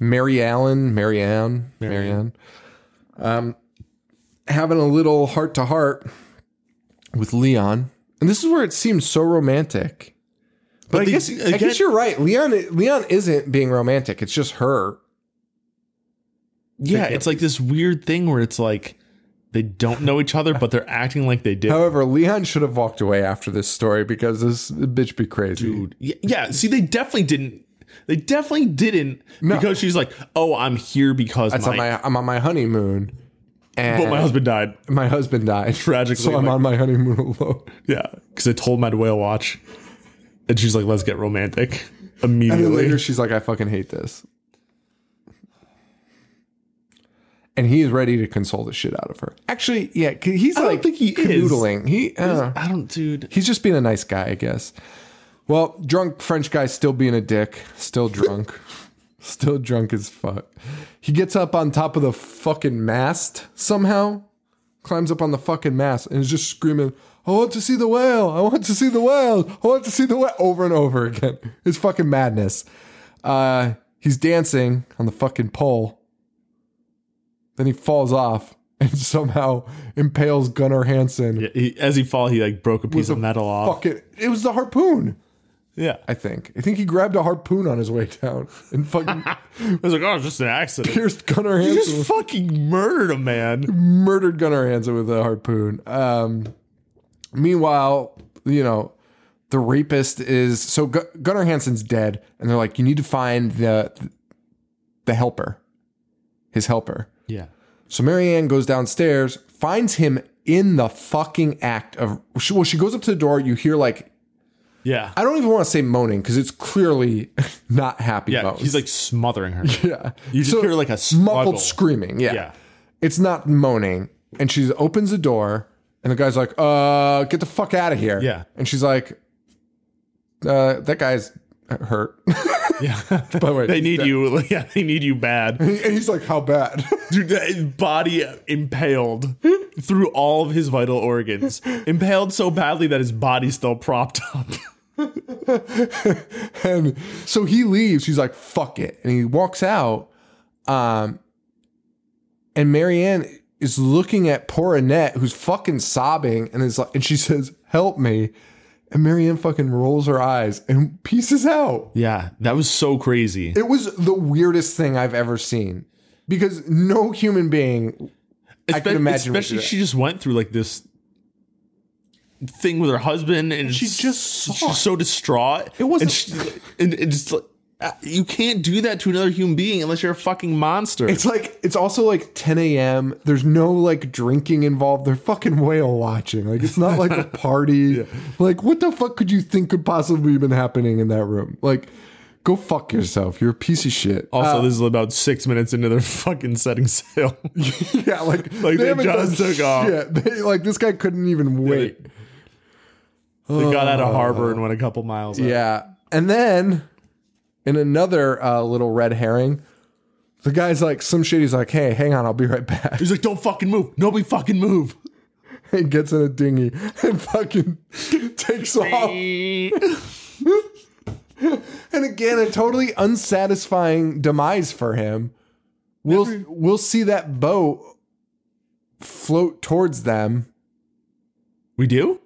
[SPEAKER 3] Mary Allen, Mary Ann, Mary Ann. Um having a little heart to heart with Leon. And this is where it seems so romantic. But, I
[SPEAKER 4] the-
[SPEAKER 3] guess I
[SPEAKER 4] again-
[SPEAKER 3] guess you're right. Leon Leon isn't being romantic. It's just her.
[SPEAKER 4] Yeah, it's like this weird thing where it's like they don't know each other, but they're acting like they did.
[SPEAKER 3] However, Leon should have walked away after this story because this bitch be crazy.
[SPEAKER 4] Dude. Yeah, yeah, see, they definitely didn't. They definitely didn't because she's like, "Oh, I'm here because
[SPEAKER 3] That's
[SPEAKER 4] my,
[SPEAKER 3] on my I'm on my honeymoon. And
[SPEAKER 4] but my husband died."
[SPEAKER 3] my husband died
[SPEAKER 4] Tragically,
[SPEAKER 3] so I'm
[SPEAKER 4] like-
[SPEAKER 3] on my honeymoon alone.
[SPEAKER 4] Yeah, because I told my whale watch, and she's like, "Let's get romantic."
[SPEAKER 3] And then
[SPEAKER 4] Immediately,
[SPEAKER 3] later she's like, I fucking hate this. And he is ready to console the shit out of her. Actually, yeah, 'cause he's
[SPEAKER 4] don't
[SPEAKER 3] like
[SPEAKER 4] think he is.
[SPEAKER 3] canoodling. He uh,
[SPEAKER 4] I don't, dude.
[SPEAKER 3] he's just being a nice guy, I guess. Well, drunk French guy still being a dick, still drunk. Still drunk as fuck. He gets up on top of the fucking mast somehow, climbs up on the fucking mast, and is just screaming, I want to see the whale. I want to see the whale. I want to see the whale over and over again. It's fucking madness. Uh, he's dancing on the fucking pole. Then he falls off and somehow impales Gunnar Hansen.
[SPEAKER 4] Yeah, he, as he fall, he like broke a piece of metal off.
[SPEAKER 3] Fucking, it was the harpoon.
[SPEAKER 4] Yeah,
[SPEAKER 3] I think. I think he grabbed a harpoon on his way down and fucking
[SPEAKER 4] I was like, oh, it's just an accident.
[SPEAKER 3] pierced Gunnar
[SPEAKER 4] He
[SPEAKER 3] Hansen.
[SPEAKER 4] just fucking murdered a man.
[SPEAKER 3] murdered Gunnar Hansen with a harpoon. Um, meanwhile, you know, the rapist is so Gu- Gunnar Hansen's dead, and they're like, you need to find the the helper, his helper.
[SPEAKER 4] Yeah,
[SPEAKER 3] So Marianne goes downstairs, finds him in the fucking act of. she- Well, she goes up to the door. You hear like
[SPEAKER 4] yeah,
[SPEAKER 3] I don't even want to say moaning because it's clearly not happy.
[SPEAKER 4] yeah.
[SPEAKER 3] moans.
[SPEAKER 4] He's like smothering her.
[SPEAKER 3] yeah.
[SPEAKER 4] You just hear like a
[SPEAKER 3] muffled
[SPEAKER 4] struggle.
[SPEAKER 3] screaming. Yeah.
[SPEAKER 4] Yeah.
[SPEAKER 3] It's not moaning. And she opens the door and the guy's like, uh, get the fuck out of here.
[SPEAKER 4] Yeah.
[SPEAKER 3] And she's like, uh, that guy's hurt.
[SPEAKER 4] Yeah,
[SPEAKER 3] By the way,
[SPEAKER 4] they need you. Yeah, they need you bad.
[SPEAKER 3] And he's like, how bad?
[SPEAKER 4] Dude, that- his body impaled through all of his vital organs, impaled so badly that his body's still propped up.
[SPEAKER 3] and so he leaves. He's like, fuck it. And he walks out. Um, and Marianne is looking at poor Annette, who's fucking sobbing, and is like, and she says, Help me. And Marianne fucking rolls her eyes and pieces out.
[SPEAKER 4] Yeah, that was so crazy.
[SPEAKER 3] It was the weirdest thing I've ever seen. Because no human being I
[SPEAKER 4] Espe-
[SPEAKER 3] can imagine what
[SPEAKER 4] Especially,
[SPEAKER 3] she-
[SPEAKER 4] she just went through like this thing with her husband, and
[SPEAKER 3] she
[SPEAKER 4] it's-
[SPEAKER 3] just
[SPEAKER 4] she's
[SPEAKER 3] sucked.
[SPEAKER 4] so distraught.
[SPEAKER 3] It wasn't-
[SPEAKER 4] and, she- and and just like, uh, you can't do that to another human being unless you're a fucking monster.
[SPEAKER 3] It's like it's also like 10 a.m. There's no like drinking involved. They're fucking whale watching. Like it's not like a party. Like what the fuck could you think could possibly have been happening in that room? Like go fuck yourself. You're a piece of shit.
[SPEAKER 4] also, this is about six minutes into their fucking setting sail.
[SPEAKER 3] yeah, like
[SPEAKER 4] Like, they
[SPEAKER 3] haven't
[SPEAKER 4] just
[SPEAKER 3] done
[SPEAKER 4] took off.
[SPEAKER 3] shit. They, like this guy couldn't even wait.
[SPEAKER 4] they got out of harbor and went a couple miles. out.
[SPEAKER 3] Yeah. And then in another uh, little red herring, the guy's like some shit. He's like, "Hey, hang on, I'll be right back."
[SPEAKER 4] he's like, "Don't fucking move! Nobody fucking move!"
[SPEAKER 3] and gets in a dinghy and fucking takes off. And again, a totally unsatisfying demise for him. We'll we'll see that boat float towards them.
[SPEAKER 4] we do.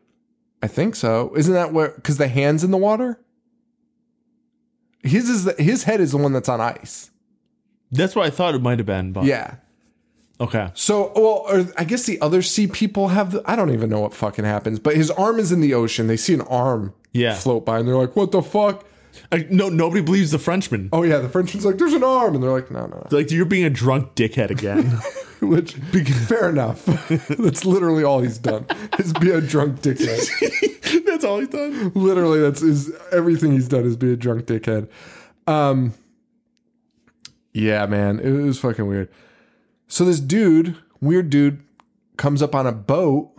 [SPEAKER 3] I think so. Isn't that where? Because the hands in the water. His is the, his head is the one that's on ice.
[SPEAKER 4] That's what I thought it might have been. But
[SPEAKER 3] Yeah.
[SPEAKER 4] okay.
[SPEAKER 3] So, well, or I guess the other sea people have. The, I don't even know what fucking happens, but his arm is in the ocean. They see an arm
[SPEAKER 4] Yeah.
[SPEAKER 3] float by, and they're like, "What the fuck?"
[SPEAKER 4] I, no, nobody believes the Frenchman.
[SPEAKER 3] Oh yeah, the Frenchman's like, "There's an arm," and they're like, "No, no."
[SPEAKER 4] Like you're being a drunk dickhead again.
[SPEAKER 3] no." Which fair enough. that's literally all he's done is be a drunk dickhead.
[SPEAKER 4] That's all he's done.
[SPEAKER 3] literally, that's is everything he's done is be a drunk dickhead. Um, yeah, man, it was fucking weird. So this dude, weird dude, comes up on a boat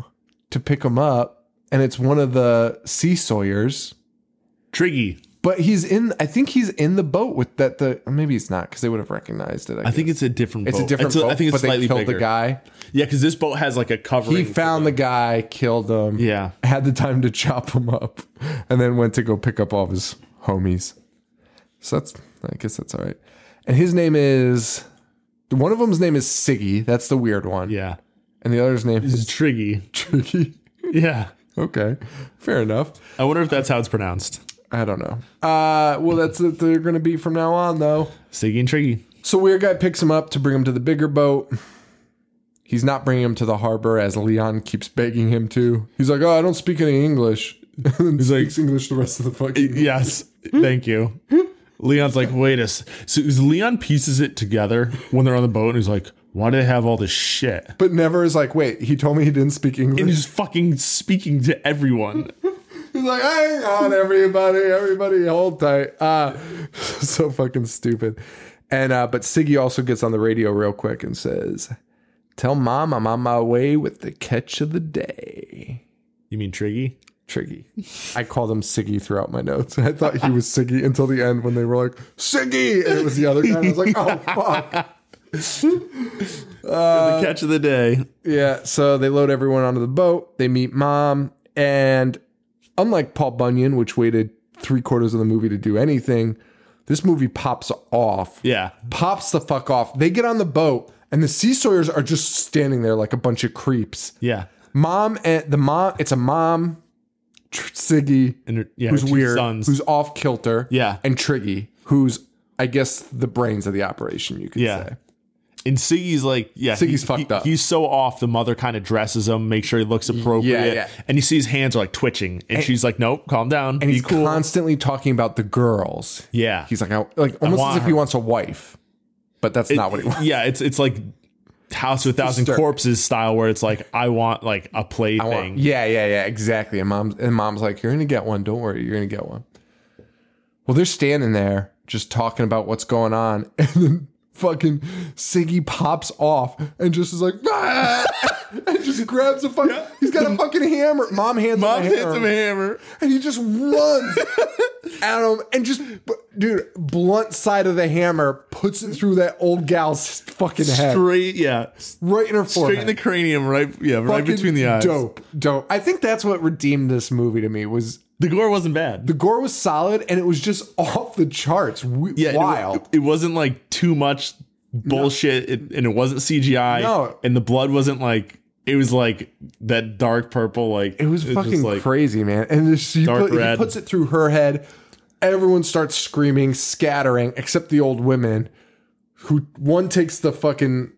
[SPEAKER 3] to pick him up, and it's one of the sea sawyers.
[SPEAKER 4] Triggy.
[SPEAKER 3] But he's in. I think he's in the boat with that. The maybe it's not because they would have recognized it. I,
[SPEAKER 4] I
[SPEAKER 3] guess.
[SPEAKER 4] think it's a different.
[SPEAKER 3] it's
[SPEAKER 4] boat.
[SPEAKER 3] a different boat.
[SPEAKER 4] I think it's
[SPEAKER 3] but they
[SPEAKER 4] slightly
[SPEAKER 3] killed
[SPEAKER 4] bigger.
[SPEAKER 3] the guy.
[SPEAKER 4] Yeah, because this boat has like a cover.
[SPEAKER 3] He found the guy, killed him.
[SPEAKER 4] Yeah.
[SPEAKER 3] had the time to chop him up, and then went to go pick up all of his homies. So that's. I guess that's all right. And his name is. One of them's name is Siggy. That's the weird one.
[SPEAKER 4] Yeah,
[SPEAKER 3] And the other's name is
[SPEAKER 4] it's Triggy.
[SPEAKER 3] Tricky.
[SPEAKER 4] Yeah,
[SPEAKER 3] Okay, fair enough.
[SPEAKER 4] I wonder if that's how it's pronounced.
[SPEAKER 3] I don't know. Uh, well, that's what they're going to be from now on, though.
[SPEAKER 4] Siggy and Triggy.
[SPEAKER 3] So weird guy picks him up to bring him to the bigger boat. He's not bringing him to the harbor as Leon keeps begging him to. He's like, "Oh, I don't speak any English." And He's speaks English the rest of the fucking.
[SPEAKER 4] Yes, thank you. Leon's like, wait a. s-" So is Leon pieces it together when they're on the boat, and he's like, why do they have all this shit?
[SPEAKER 3] But never is like, "Wait, he told me he didn't speak English."
[SPEAKER 4] And he's fucking speaking to everyone.
[SPEAKER 3] He's like, hang on, everybody, everybody, hold tight. Uh, so fucking stupid. And uh, but Siggy also gets on the radio real quick and says, "Tell mom I'm on my way with the catch of the day."
[SPEAKER 4] You mean Triggy?
[SPEAKER 3] Triggy. I called him Siggy throughout my notes. I thought he was Siggy until the end when they were like, Siggy! And it was the other guy. And I was like, oh, fuck.
[SPEAKER 4] the catch of the day.
[SPEAKER 3] Yeah, so they load everyone onto the boat. They meet mom. And unlike Paul Bunyan, which waited three quarters of the movie to do anything, this movie pops off.
[SPEAKER 4] Yeah.
[SPEAKER 3] Pops the fuck off. They get on the boat, and the Sea Sawyers are just standing there like a bunch of creeps.
[SPEAKER 4] Yeah.
[SPEAKER 3] Mom and the mom, it's a mom, Tr- Siggy,
[SPEAKER 4] And her- yeah, her
[SPEAKER 3] who's
[SPEAKER 4] two
[SPEAKER 3] weird,
[SPEAKER 4] sons.
[SPEAKER 3] who's off kilter,
[SPEAKER 4] Yeah.
[SPEAKER 3] and Triggy, who's I guess the brains of the operation, you could
[SPEAKER 4] Yeah.
[SPEAKER 3] say.
[SPEAKER 4] And Siggy's like, yeah,
[SPEAKER 3] Siggy's
[SPEAKER 4] he-
[SPEAKER 3] fucked
[SPEAKER 4] he-
[SPEAKER 3] up.
[SPEAKER 4] He's so off. The mother kind of dresses him, make sure he looks appropriate.
[SPEAKER 3] yeah.
[SPEAKER 4] And you see his hands are like twitching, and, she's like, "Nope, calm down,
[SPEAKER 3] And
[SPEAKER 4] be
[SPEAKER 3] he's
[SPEAKER 4] cool."
[SPEAKER 3] constantly talking about the girls.
[SPEAKER 4] yeah,
[SPEAKER 3] He's like, I, like almost
[SPEAKER 4] want
[SPEAKER 3] as if he
[SPEAKER 4] her.
[SPEAKER 3] wants a wife, but that's
[SPEAKER 4] It-
[SPEAKER 3] not what he wants.
[SPEAKER 4] Yeah, it's it's like House of a Thousand
[SPEAKER 3] disturbing.
[SPEAKER 4] Corpses style, where it's like, I want like
[SPEAKER 3] I
[SPEAKER 4] a
[SPEAKER 3] want-
[SPEAKER 4] plaything.
[SPEAKER 3] yeah, yeah, yeah, exactly. And mom's and mom's like, you're gonna get one. Don't worry, you're gonna get one. Well, they're standing there just talking about what's going on, and then fucking Siggy pops off and just is like, "Ah!" and just grabs a fucking. He's got a fucking hammer. Mom hands
[SPEAKER 4] Mom
[SPEAKER 3] him a
[SPEAKER 4] hits
[SPEAKER 3] hammer,
[SPEAKER 4] him a hammer.
[SPEAKER 3] and he just runs at him and just, dude, blunt side of the hammer puts it through that old gal's fucking head,
[SPEAKER 4] Straight, yeah,
[SPEAKER 3] right in her forehead.
[SPEAKER 4] straight in the cranium, right, yeah, right
[SPEAKER 3] Fucking
[SPEAKER 4] between the eyes.
[SPEAKER 3] Dope, dope. I think that's what redeemed this movie to me was
[SPEAKER 4] The gore wasn't bad.
[SPEAKER 3] the gore was solid and it was just off the charts. W-
[SPEAKER 4] yeah, it wa-
[SPEAKER 3] wild.
[SPEAKER 4] It, wasn't like too much bullshit, it, and it wasn't CGI.
[SPEAKER 3] No.
[SPEAKER 4] and the blood wasn't like it was like that dark purple. Like
[SPEAKER 3] It was
[SPEAKER 4] just
[SPEAKER 3] fucking crazy, man. And this, he,
[SPEAKER 4] Dark
[SPEAKER 3] put- he
[SPEAKER 4] red.
[SPEAKER 3] puts it through her head. Everyone starts screaming, scattering, except the old women. Who one takes the fucking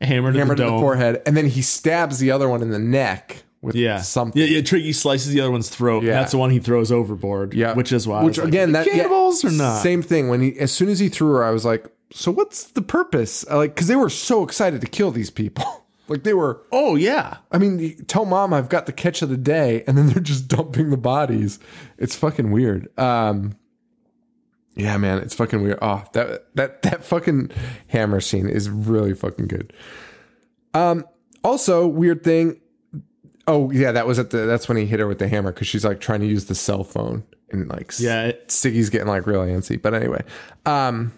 [SPEAKER 4] hammered,
[SPEAKER 3] hammer
[SPEAKER 4] in
[SPEAKER 3] to
[SPEAKER 4] the,
[SPEAKER 3] the
[SPEAKER 4] dome.
[SPEAKER 3] forehead, and then he stabs the other one in the neck with
[SPEAKER 4] Yeah,
[SPEAKER 3] something.
[SPEAKER 4] Yeah, yeah. Triggy slices the other one's throat. and
[SPEAKER 3] Yeah.
[SPEAKER 4] that's the one he throws overboard.
[SPEAKER 3] Yeah,
[SPEAKER 4] which is why. I
[SPEAKER 3] Which
[SPEAKER 4] was like,
[SPEAKER 3] again,
[SPEAKER 4] "Are
[SPEAKER 3] that
[SPEAKER 4] they
[SPEAKER 3] yeah,
[SPEAKER 4] cannibals or not?
[SPEAKER 3] Same thing. When he, as soon as he threw her, I was like, "So what's the purpose?" I Like, because they were so excited to kill these people. like they were.
[SPEAKER 4] Oh yeah,
[SPEAKER 3] I mean, you tell mom I've got the catch of the day, and then they're just dumping the bodies. It's fucking weird. Um, yeah, man, it's fucking weird. Oh, that that that fucking hammer scene is really fucking good. Um, also weird thing. Oh yeah, that was at the. That's when he hit her with the hammer because she's like trying to use the cell phone and like s-
[SPEAKER 4] yeah. it-
[SPEAKER 3] Siggy's getting like real antsy. But anyway, um,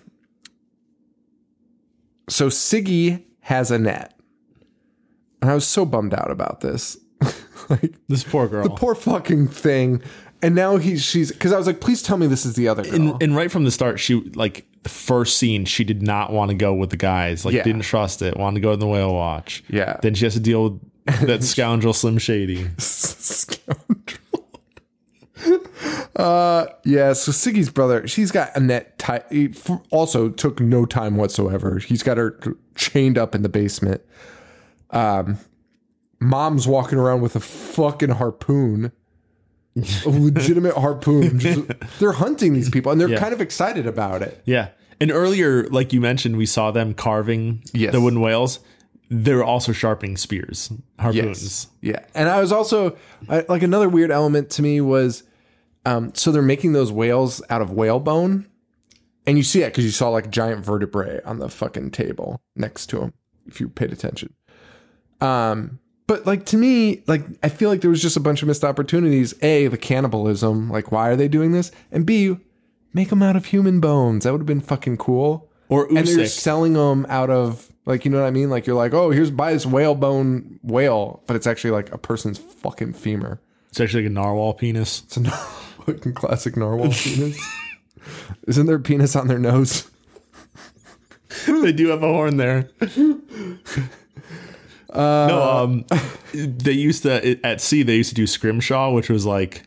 [SPEAKER 3] so Siggy has a net, and I was so bummed out about this. like
[SPEAKER 4] This poor girl.
[SPEAKER 3] the poor fucking thing. And now he's she's because I was like, please tell me this is the other girl.
[SPEAKER 4] and, and right from the start, she like the first scene, she did not want to go with the guys. Like
[SPEAKER 3] Yeah.
[SPEAKER 4] didn't trust it. Wanted to go in the whale watch.
[SPEAKER 3] Yeah.
[SPEAKER 4] Then she has to deal with that scoundrel Slim Shady.
[SPEAKER 3] scoundrel. uh, yeah. So Siggy's brother, she's got Annette. Ty- he f- also took no time whatsoever. He's got her t- chained up in the basement. Um, mom's walking around with a fucking harpoon. a legitimate harpoon. Just- they're hunting these people, and they're kind of excited about it.
[SPEAKER 4] Yeah. And earlier, like you mentioned, we saw them carving
[SPEAKER 3] Yes.
[SPEAKER 4] the wooden whales. They were also sharpening spears, harpoons.
[SPEAKER 3] Yeah. And I was also I, like another weird element to me was um, so they're making those whales out of whale bone. And you see it because you saw like giant vertebrae on the fucking table next to him, if you paid attention. Um, but like to me, like I feel like there was just a bunch of missed opportunities. A, the cannibalism, like why are they doing this? And B, make them out of human bones. That would have been fucking cool.
[SPEAKER 4] Or
[SPEAKER 3] and they're
[SPEAKER 4] Usyk.
[SPEAKER 3] selling them out of like you know what I mean? Like you're like, oh, here's buy this whalebone whale, but it's actually like a person's fucking femur.
[SPEAKER 4] It's actually like a narwhal penis.
[SPEAKER 3] It's a fucking classic narwhal penis. Isn't there a penis on their nose?
[SPEAKER 4] they do have a horn there. no, um, they used to at sea. They used to do scrimshaw, which was like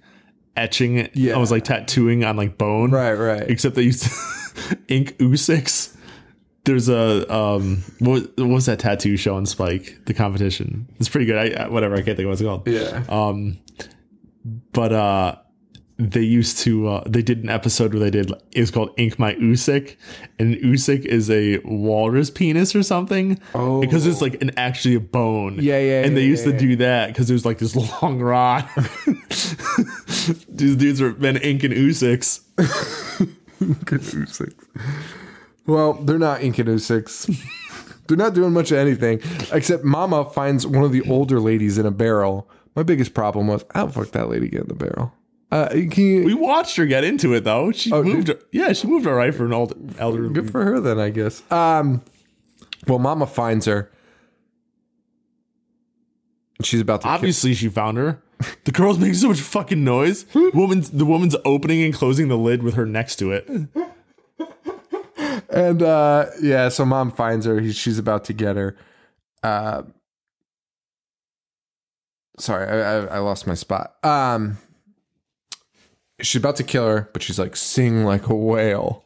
[SPEAKER 4] etching. it.
[SPEAKER 3] Yeah.
[SPEAKER 4] I was like tattooing on like bone.
[SPEAKER 3] Right, right.
[SPEAKER 4] Except they used to ink Usix. There's a um, what, what was that tattoo show on Spike? The competition. It's pretty good. I I- whatever. I can't think of what it's called.
[SPEAKER 3] Yeah.
[SPEAKER 4] Um, but uh, they used to uh, they did an episode where they did it was called Ink My Usyk, and an Usyk is a walrus penis or something.
[SPEAKER 3] Oh.
[SPEAKER 4] because it's like an actually a bone.
[SPEAKER 3] Yeah, yeah,
[SPEAKER 4] And they
[SPEAKER 3] yeah,
[SPEAKER 4] used
[SPEAKER 3] yeah,
[SPEAKER 4] to
[SPEAKER 3] yeah.
[SPEAKER 4] do that because there's like this long rod. These dudes are been inking Usyks.
[SPEAKER 3] Good Usyk. Well, they're not inking Usyks. they're not doing much of anything except Mama finds one of the older ladies in a barrel, My biggest problem was I don't fuck that lady get in the barrel. Uh, can you,
[SPEAKER 4] We watched her get into it though. She
[SPEAKER 3] Oh,
[SPEAKER 4] moved. Yeah, she moved all right for an old elderly.
[SPEAKER 3] Good for her then, I guess. Um, well, Mama finds her. And She's about to kill-
[SPEAKER 4] Obviously, she found her. The girl's making so much fucking noise. Woman's the woman's opening and closing the lid with her next to it.
[SPEAKER 3] and uh, yeah, so Mom finds her. He, she's about to get her. Uh, sorry, I, I, I lost my spot. Um, she's about to kill her, but she's like, "Sing like a whale."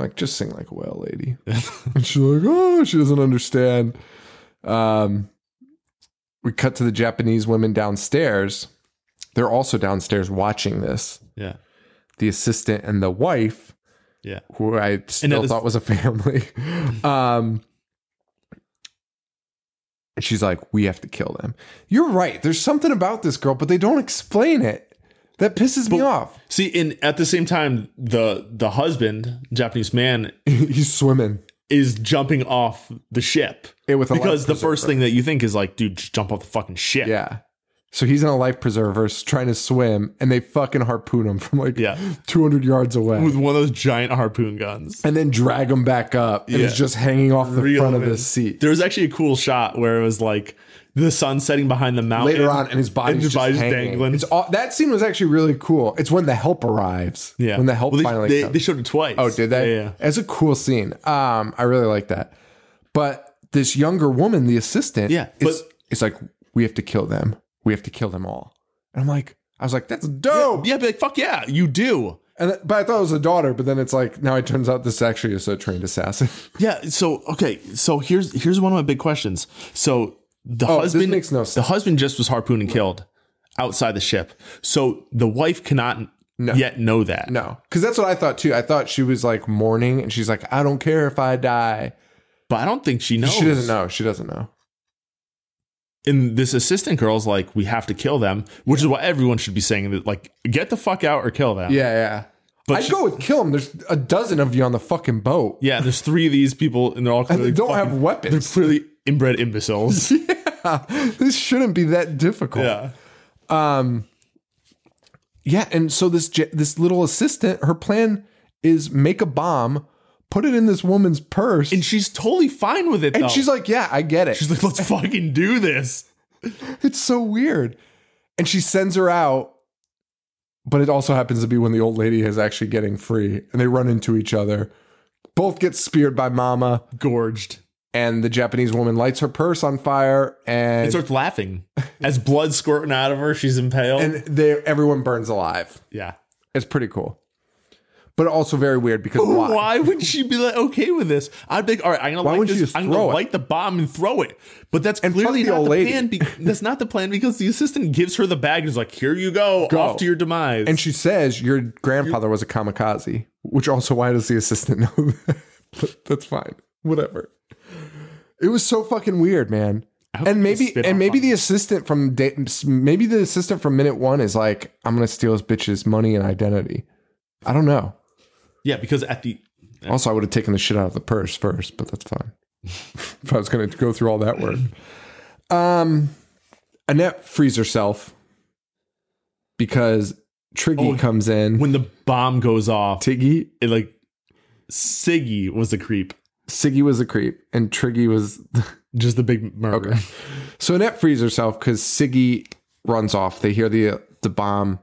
[SPEAKER 3] Like, just sing like a whale, lady. and she's like, oh, she doesn't understand. Um, we cut to the Japanese women downstairs. They're also downstairs watching this.
[SPEAKER 4] Yeah,
[SPEAKER 3] The assistant and the wife,
[SPEAKER 4] yeah.
[SPEAKER 3] who I
[SPEAKER 4] now
[SPEAKER 3] still
[SPEAKER 4] this-
[SPEAKER 3] thought was a family. um, and she's like, we have to kill them. You're right. There's something about this girl, but they don't explain it. That pisses me off.
[SPEAKER 4] See, and at the same time, the the husband, Japanese man,
[SPEAKER 3] He's swimming.
[SPEAKER 4] is jumping off the ship
[SPEAKER 3] It with a life
[SPEAKER 4] because the first
[SPEAKER 3] preserver.
[SPEAKER 4] thing that you think is like, dude, just jump off the fucking ship.
[SPEAKER 3] Yeah. So he's in a life preserver s- trying to swim, and they fucking harpoon him from like
[SPEAKER 4] Yeah.
[SPEAKER 3] 200 yards away
[SPEAKER 4] with one of those giant harpoon guns.
[SPEAKER 3] and then drag him back up. And
[SPEAKER 4] Yeah.
[SPEAKER 3] he's just hanging off the
[SPEAKER 4] Reel
[SPEAKER 3] front
[SPEAKER 4] him
[SPEAKER 3] of
[SPEAKER 4] in.
[SPEAKER 3] his seat.
[SPEAKER 4] There was actually a cool shot where it was like the sun setting behind the mountain.
[SPEAKER 3] Later on, and his body's,
[SPEAKER 4] and his
[SPEAKER 3] just
[SPEAKER 4] body's
[SPEAKER 3] hanging.
[SPEAKER 4] dangling.
[SPEAKER 3] It's all, that scene was actually really cool. It's when the help arrives.
[SPEAKER 4] yeah,
[SPEAKER 3] When the help
[SPEAKER 4] Well, they,
[SPEAKER 3] finally
[SPEAKER 4] they,
[SPEAKER 3] comes.
[SPEAKER 4] they showed it twice.
[SPEAKER 3] Oh, did they?
[SPEAKER 4] Yeah, yeah.
[SPEAKER 3] That's a cool scene. Um, I really like that. But this younger woman, the assistant,
[SPEAKER 4] Yeah,
[SPEAKER 3] it's,
[SPEAKER 4] but-
[SPEAKER 3] it's like we have to kill them. We have to kill them all. And I'm like, I was like, that's dope.
[SPEAKER 4] yeah, be like fuck yeah, you do.
[SPEAKER 3] And th- but I thought it was a daughter, but then it's like now it turns out this actually is a trained assassin.
[SPEAKER 4] Yeah. So okay. So here's here's one of my big questions. So the
[SPEAKER 3] Oh, this
[SPEAKER 4] husband
[SPEAKER 3] makes no
[SPEAKER 4] The
[SPEAKER 3] sense.
[SPEAKER 4] husband just was harpooned and killed outside the ship. So the wife cannot yet know that.
[SPEAKER 3] No, because that's what I thought too. I thought she was like mourning, and she's like, "I don't care if I die."
[SPEAKER 4] But I don't think she knows.
[SPEAKER 3] She doesn't know. She doesn't know.
[SPEAKER 4] And this assistant girl's like, we have to kill them, which is what everyone should be saying. That like, get the fuck out or kill them.
[SPEAKER 3] Yeah, yeah.
[SPEAKER 4] But
[SPEAKER 3] I'd
[SPEAKER 4] she-
[SPEAKER 3] go with kill him. There's a dozen of you on the fucking boat.
[SPEAKER 4] Yeah, there's three of these people, and they're all
[SPEAKER 3] And
[SPEAKER 4] clearly
[SPEAKER 3] they don't
[SPEAKER 4] fucking-
[SPEAKER 3] have
[SPEAKER 4] They're
[SPEAKER 3] weapons.
[SPEAKER 4] clearly inbred imbeciles.
[SPEAKER 3] Yeah, this shouldn't be that difficult.
[SPEAKER 4] yeah,
[SPEAKER 3] Yeah, and so this j- this little assistant, her plan is make a bomb, put it in this woman's purse,
[SPEAKER 4] and she's totally fine with it.
[SPEAKER 3] and
[SPEAKER 4] though.
[SPEAKER 3] she's like, "Yeah, I get it."
[SPEAKER 4] she's like, let's fucking do this.
[SPEAKER 3] It's so weird. And she sends her out, but it also happens to be when the old lady is actually getting free and they run into each other. Both get speared by Mama,
[SPEAKER 4] Gorged.
[SPEAKER 3] and the Japanese woman lights her purse on fire,
[SPEAKER 4] and
[SPEAKER 3] and
[SPEAKER 4] starts laughing as blood squirting out of her. She's impaled.
[SPEAKER 3] and they everyone burns alive.
[SPEAKER 4] yeah.
[SPEAKER 3] It's pretty cool, but also very weird because why?
[SPEAKER 4] Why? would she be like okay with this? I'd be like, all right, I'm gonna light
[SPEAKER 3] wouldn't
[SPEAKER 4] this.
[SPEAKER 3] you just
[SPEAKER 4] I'm gonna
[SPEAKER 3] throw it?
[SPEAKER 4] light the bomb and throw it. But that's
[SPEAKER 3] And fuck
[SPEAKER 4] clearly
[SPEAKER 3] the
[SPEAKER 4] not
[SPEAKER 3] old
[SPEAKER 4] the
[SPEAKER 3] lady.
[SPEAKER 4] plan. Be- that's not the plan because the assistant gives her the bag and is like, here you go,
[SPEAKER 3] Go.
[SPEAKER 4] off to your demise.
[SPEAKER 3] And she says your grandfather was a kamikaze, which also why does the assistant know that? But that's fine. Whatever. It was so fucking weird, man.
[SPEAKER 4] hope
[SPEAKER 3] And
[SPEAKER 4] they
[SPEAKER 3] maybe
[SPEAKER 4] spit
[SPEAKER 3] and
[SPEAKER 4] on
[SPEAKER 3] maybe
[SPEAKER 4] Bobby.
[SPEAKER 3] the assistant from day, maybe the assistant from minute 1 is like I'm going to steal his bitch's money and identity. I don't know.
[SPEAKER 4] yeah, because at the
[SPEAKER 3] Also, I would have taken the shit out of the purse first, but that's fine. if I was going to go through all that work. Um, Annette frees herself because Triggy
[SPEAKER 4] Oh,
[SPEAKER 3] comes in.
[SPEAKER 4] when the bomb goes off,
[SPEAKER 3] Tiggy,
[SPEAKER 4] it like Siggy was the creep,
[SPEAKER 3] Siggy was a creep, and Triggy was.
[SPEAKER 4] just the big murderer.
[SPEAKER 3] Okay. so Annette frees herself because Siggy runs off. They hear the the bomb.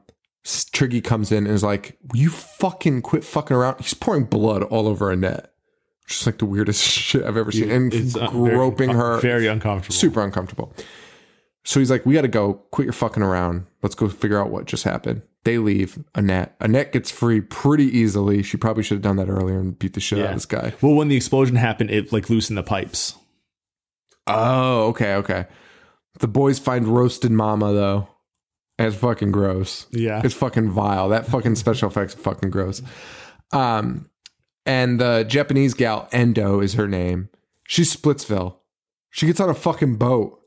[SPEAKER 3] S- Triggy comes in and is like, "Will "You fucking quit fucking around." He's pouring blood all over Annette, which is like the weirdest shit I've ever seen, and
[SPEAKER 4] It's uh, very
[SPEAKER 3] groping
[SPEAKER 4] uncom-
[SPEAKER 3] her,
[SPEAKER 4] very uncomfortable.
[SPEAKER 3] super uncomfortable. So he's like, "We got to go. Quit your fucking around. Let's go figure out what just happened." They leave. Annette. Annette gets free pretty easily. She probably should have done that earlier and beat the shit out
[SPEAKER 4] Yeah.
[SPEAKER 3] of this guy.
[SPEAKER 4] Well, when the explosion happened, it like loosened the pipes.
[SPEAKER 3] Oh, okay, okay. The boys find roasted mama though. That's fucking gross.
[SPEAKER 4] Yeah.
[SPEAKER 3] It's fucking vile. That fucking special effects are fucking gross. Um and the Japanese gal Endo is her name. She's Splitsville. She gets on a fucking boat.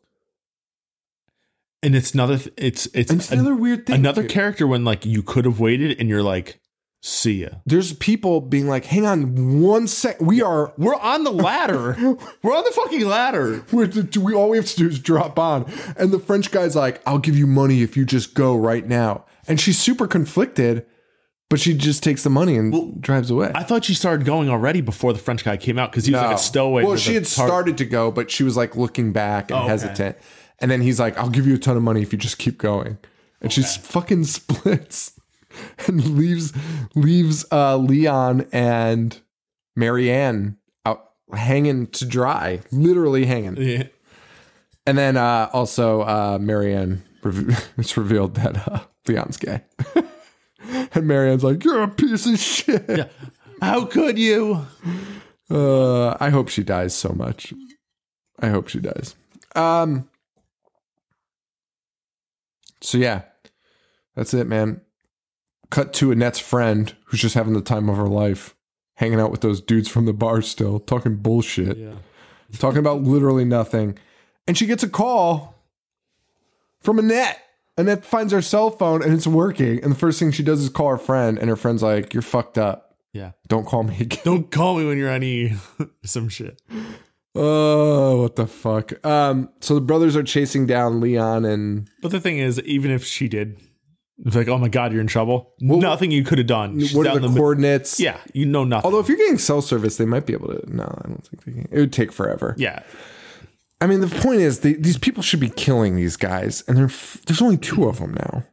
[SPEAKER 4] And it's another. Th- it's it's
[SPEAKER 3] And it's
[SPEAKER 4] an-
[SPEAKER 3] another weird thing.
[SPEAKER 4] another
[SPEAKER 3] dude.
[SPEAKER 4] character when like you could have waited and you're like See ya.
[SPEAKER 3] There's people being like, hang on one sec. We are,
[SPEAKER 4] We're on the ladder. We're on the fucking ladder.
[SPEAKER 3] we're we, all we have to do is drop on. And the French guy's like, I'll give you money if you just go right now. And she's super conflicted, but she just takes the money and drives away.
[SPEAKER 4] I thought she started going already before the French guy came out because he was like a stowaway.
[SPEAKER 3] Oh. Well,
[SPEAKER 4] with
[SPEAKER 3] she
[SPEAKER 4] a
[SPEAKER 3] had
[SPEAKER 4] tar- Oh,
[SPEAKER 3] started to go, but she was like looking back and
[SPEAKER 4] okay.
[SPEAKER 3] hesitant. And then he's like, I'll give you a ton of money if you just keep going. And she fucking splits and leaves leaves uh, Leon and Marianne out hanging to dry, literally hanging.
[SPEAKER 4] Yeah.
[SPEAKER 3] And then uh, also uh, Marianne, rev- it's revealed that uh, Leon's gay. and Marianne's like, you're a piece of shit.
[SPEAKER 4] How could you?
[SPEAKER 3] Uh, I hope she dies so much. I hope she dies. Um. So yeah, that's it, man. Cut to Annette's friend, who's just having the time of her life, hanging out with those dudes from the bar, still talking bullshit,
[SPEAKER 4] Yeah.
[SPEAKER 3] talking about literally nothing, and she gets a call from Annette. Annette finds her cell phone and it's working, and the first thing she does is call her friend, and her friend's like, "You're fucked up.
[SPEAKER 4] Yeah.
[SPEAKER 3] Don't call me again."
[SPEAKER 4] Don't call me when you're on E. Some shit.
[SPEAKER 3] Oh, what the fuck. Um, so the brothers are chasing down Leon and
[SPEAKER 4] But the thing is, even if she did, it's like, oh my God, you're in trouble. nothing you could have done. She's
[SPEAKER 3] what
[SPEAKER 4] out
[SPEAKER 3] are
[SPEAKER 4] in
[SPEAKER 3] the,
[SPEAKER 4] the mid-
[SPEAKER 3] coordinates?
[SPEAKER 4] yeah, you know nothing.
[SPEAKER 3] Although if you're getting cell service, they might be able to. No, I don't think they can. It would take forever.
[SPEAKER 4] yeah.
[SPEAKER 3] I mean, the point is, they, these people should be killing these guys, and they're, f- there's only two of them now.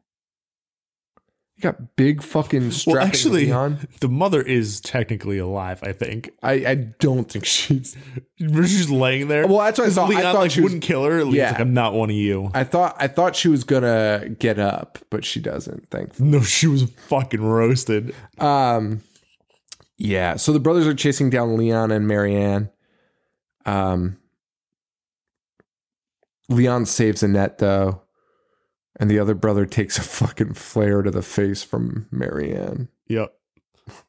[SPEAKER 3] You got big fucking strapping
[SPEAKER 4] Well, actually,
[SPEAKER 3] Leon.
[SPEAKER 4] the mother is technically alive, I think.
[SPEAKER 3] I, I don't think she's.
[SPEAKER 4] She's laying there.
[SPEAKER 3] Well, that's what I thought.
[SPEAKER 4] Leon,
[SPEAKER 3] I thought
[SPEAKER 4] like,
[SPEAKER 3] she was-
[SPEAKER 4] wouldn't kill her. Leon's
[SPEAKER 3] Yeah.
[SPEAKER 4] like, I'm not one of you.
[SPEAKER 3] I thought I thought she was gonna get up, but she doesn't. Thankfully.
[SPEAKER 4] no, she was fucking roasted.
[SPEAKER 3] Um, yeah. So the brothers are chasing down Leon and Marianne. Um, Leon saves Annette though, and the other brother takes a fucking flare to the face from Marianne.
[SPEAKER 4] Yep.